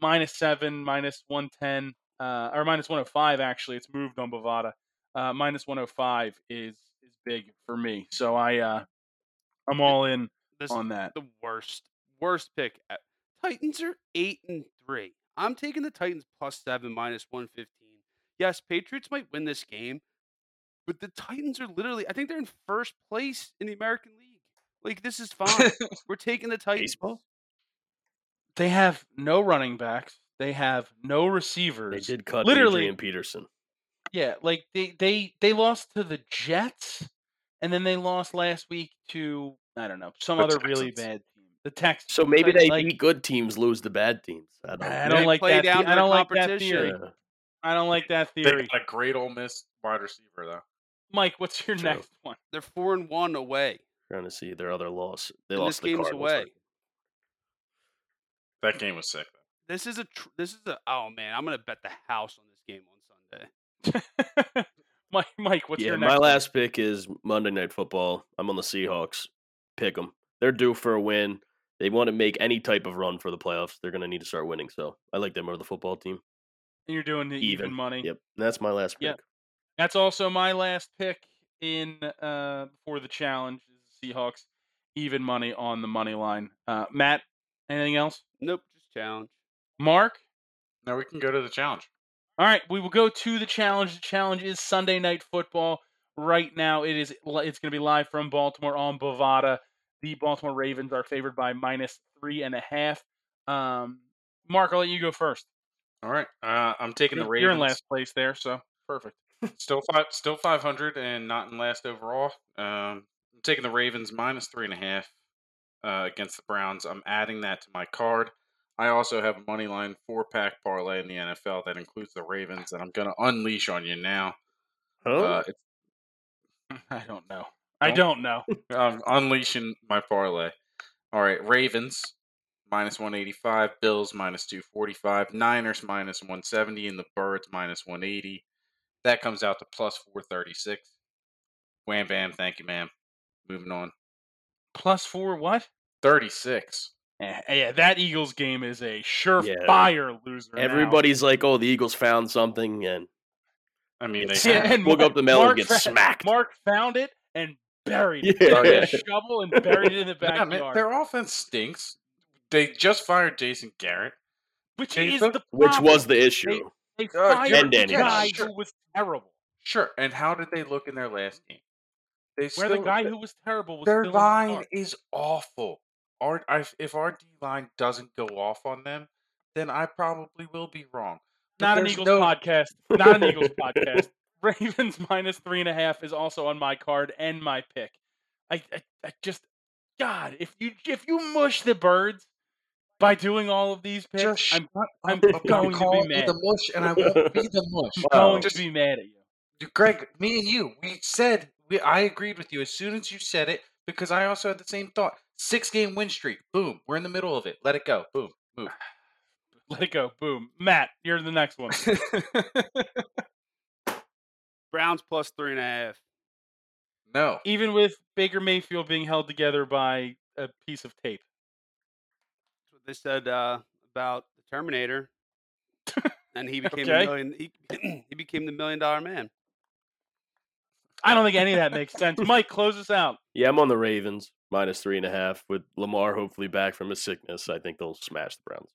Minus seven, minus one ten, uh, or minus one hundred five. Actually, it's moved on Bovada. Uh, minus one hundred five is is big for me. So I uh, I'm all in This on is that. the worst, worst pick. Uh, Titans are eight and three. I'm taking the Titans plus seven, minus one fifteen. Yes, Patriots might win this game, but the Titans are literally. I think they're in first place in the American League. Like this is fine. *laughs* We're taking the Titans. Baseball? they have no running backs. They have no They receivers. did cut Literally- Adrian Peterson. Yeah, like they they they lost to the Jets, and then they lost last week to I don't know some The other really Texans. bad team, the Texans. So maybe But, they like, beat good teams, lose the bad teams. I don't I know. don't They like play that. the- down I their don't like that competition. theory. Yeah. I don't like that They *laughs* theory. got a great old miss wide receiver though. Mike, what's your True. next one? *laughs* They're four and one away. trying to see their other loss. They And lost this the game's Cardinals. away. That game was sick. This is a. Tr- this is a. Oh man, I'm gonna bet the house on this game on Sunday. Mike, Mike, what's yeah, your my next? one? last pick is Monday Night Football. I'm on the Seahawks. Pick them. They're due for a win. They want to make any type of run for the playoffs. They're going to need to start winning. So I like them over the football team. And You're doing the even, Even. money. Yep, that's my last pick. Yeah. That's also my last pick in uh, for the challenge. Is Seahawks even money on the money line? Uh, Matt, anything else? Nope, just challenge. Mark. Now we can go to the challenge. All right, we will go to the challenge. The challenge is Sunday night football. Right now, it is li- it's going to be live from Baltimore on Bovada. The Baltimore Ravens are favored by minus three and a half. Um, Mark, I'll let you go first. All right, uh, I'm taking the You're, Ravens. you're in last place there, so perfect. Still five, still five hundred, and not in last overall. Um, I'm taking the Ravens minus three and a half uh, against the Browns. I'm adding that to my card. I also have a money line four pack parlay in the NFL that includes the Ravens that I'm going to unleash on you now. Oh. Uh, it's, *laughs* I don't know. I don't Don't- know. I'm Um, unleashing my parlay. All right, Ravens minus 185, Bills minus 245, Niners minus 170, and the Birds minus 180. That comes out to plus 436. Wham bam, thank you, ma'am. Moving on. Plus four, what? 36. Eh, yeah, that Eagles game is a surefire loser. now. Everybody's like, "Oh, the Eagles found something," and I mean, they It's- *laughs* Yeah, had- and We'll go up the mountain and get fa- smacked. Mark found it and buried it. *laughs* Yeah. Took a shovel and buried it in the *laughs* *laughs* Yeah, man, backyard. their offense stinks. They just fired Jason Garrett. which Jason, is the which problem. was the issue. they uh, fired Jordan the Daniels. guy Sure. who was terrible. Sure. And how did they look in their last game? They Where the guy who was terrible was their still line in the park. is awful. Our I- if our D line doesn't go off on them, then I probably will be wrong. But Not an there's Eagles no- *laughs* podcast. Not an Eagles podcast. Ravens minus three and a half is also on my card and my pick. I, I, I just, God, if you if you mush the birds by doing all of these picks, Just I'm, shut I'm up and going to call be me mad. The mush, and I won't *laughs* be the mush. Wow. going Just- to be mad at you. Greg, me and you, we said we, I agreed with you as soon as you said it because I also had the same thought. Six game win streak. Boom. We're in the middle of it. Let it go. Boom. Move. *laughs* Let it go. Boom. Matt, you're the next *laughs* one. Browns plus three and a half. no. Even with Baker Mayfield being held together by a piece of tape. That's what they said uh, about the Terminator, and he became Okay. the million. He, he *clears throat* became the million dollar man. I don't think any of that makes *laughs* sense. Mike, close us out. Yeah, I'm on the Ravens minus three and a half with Lamar hopefully back from his sickness. I think they'll smash the Browns.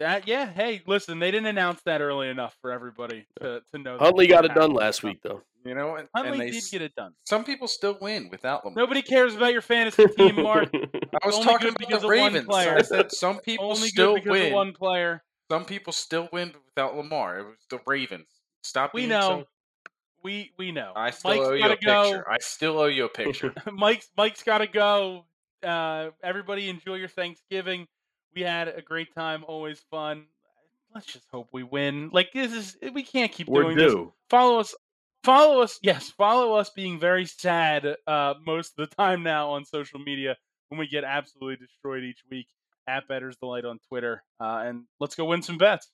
That yeah. Hey, listen, they didn't announce that early enough for everybody to, to know. that Huntley it got it happened. done last week, though. You know, and, and Huntley they, did s- get it *laughs* done. some people still win without Lamar. Nobody cares about your fantasy team, *laughs* Mark. I was only talking good because about of the one Ravens. so I player. said some people Only still good because win. of one player. Some people still win without Lamar. It was the Ravens. Stop. We being know. so- We we know. I still Mike's owe you gotta a go. picture. I still owe you a picture. Mike's Mike's got to go. Uh, everybody enjoy your Thanksgiving. We had a great time, always fun. Let's just hope we win. Like this is we can't keep We're doing this. due. Follow us, follow us. Yes, follow us. Being very sad uh, most of the time now on social media when we get absolutely destroyed each week. At Better's Delight on Twitter, uh, and let's go win some bets.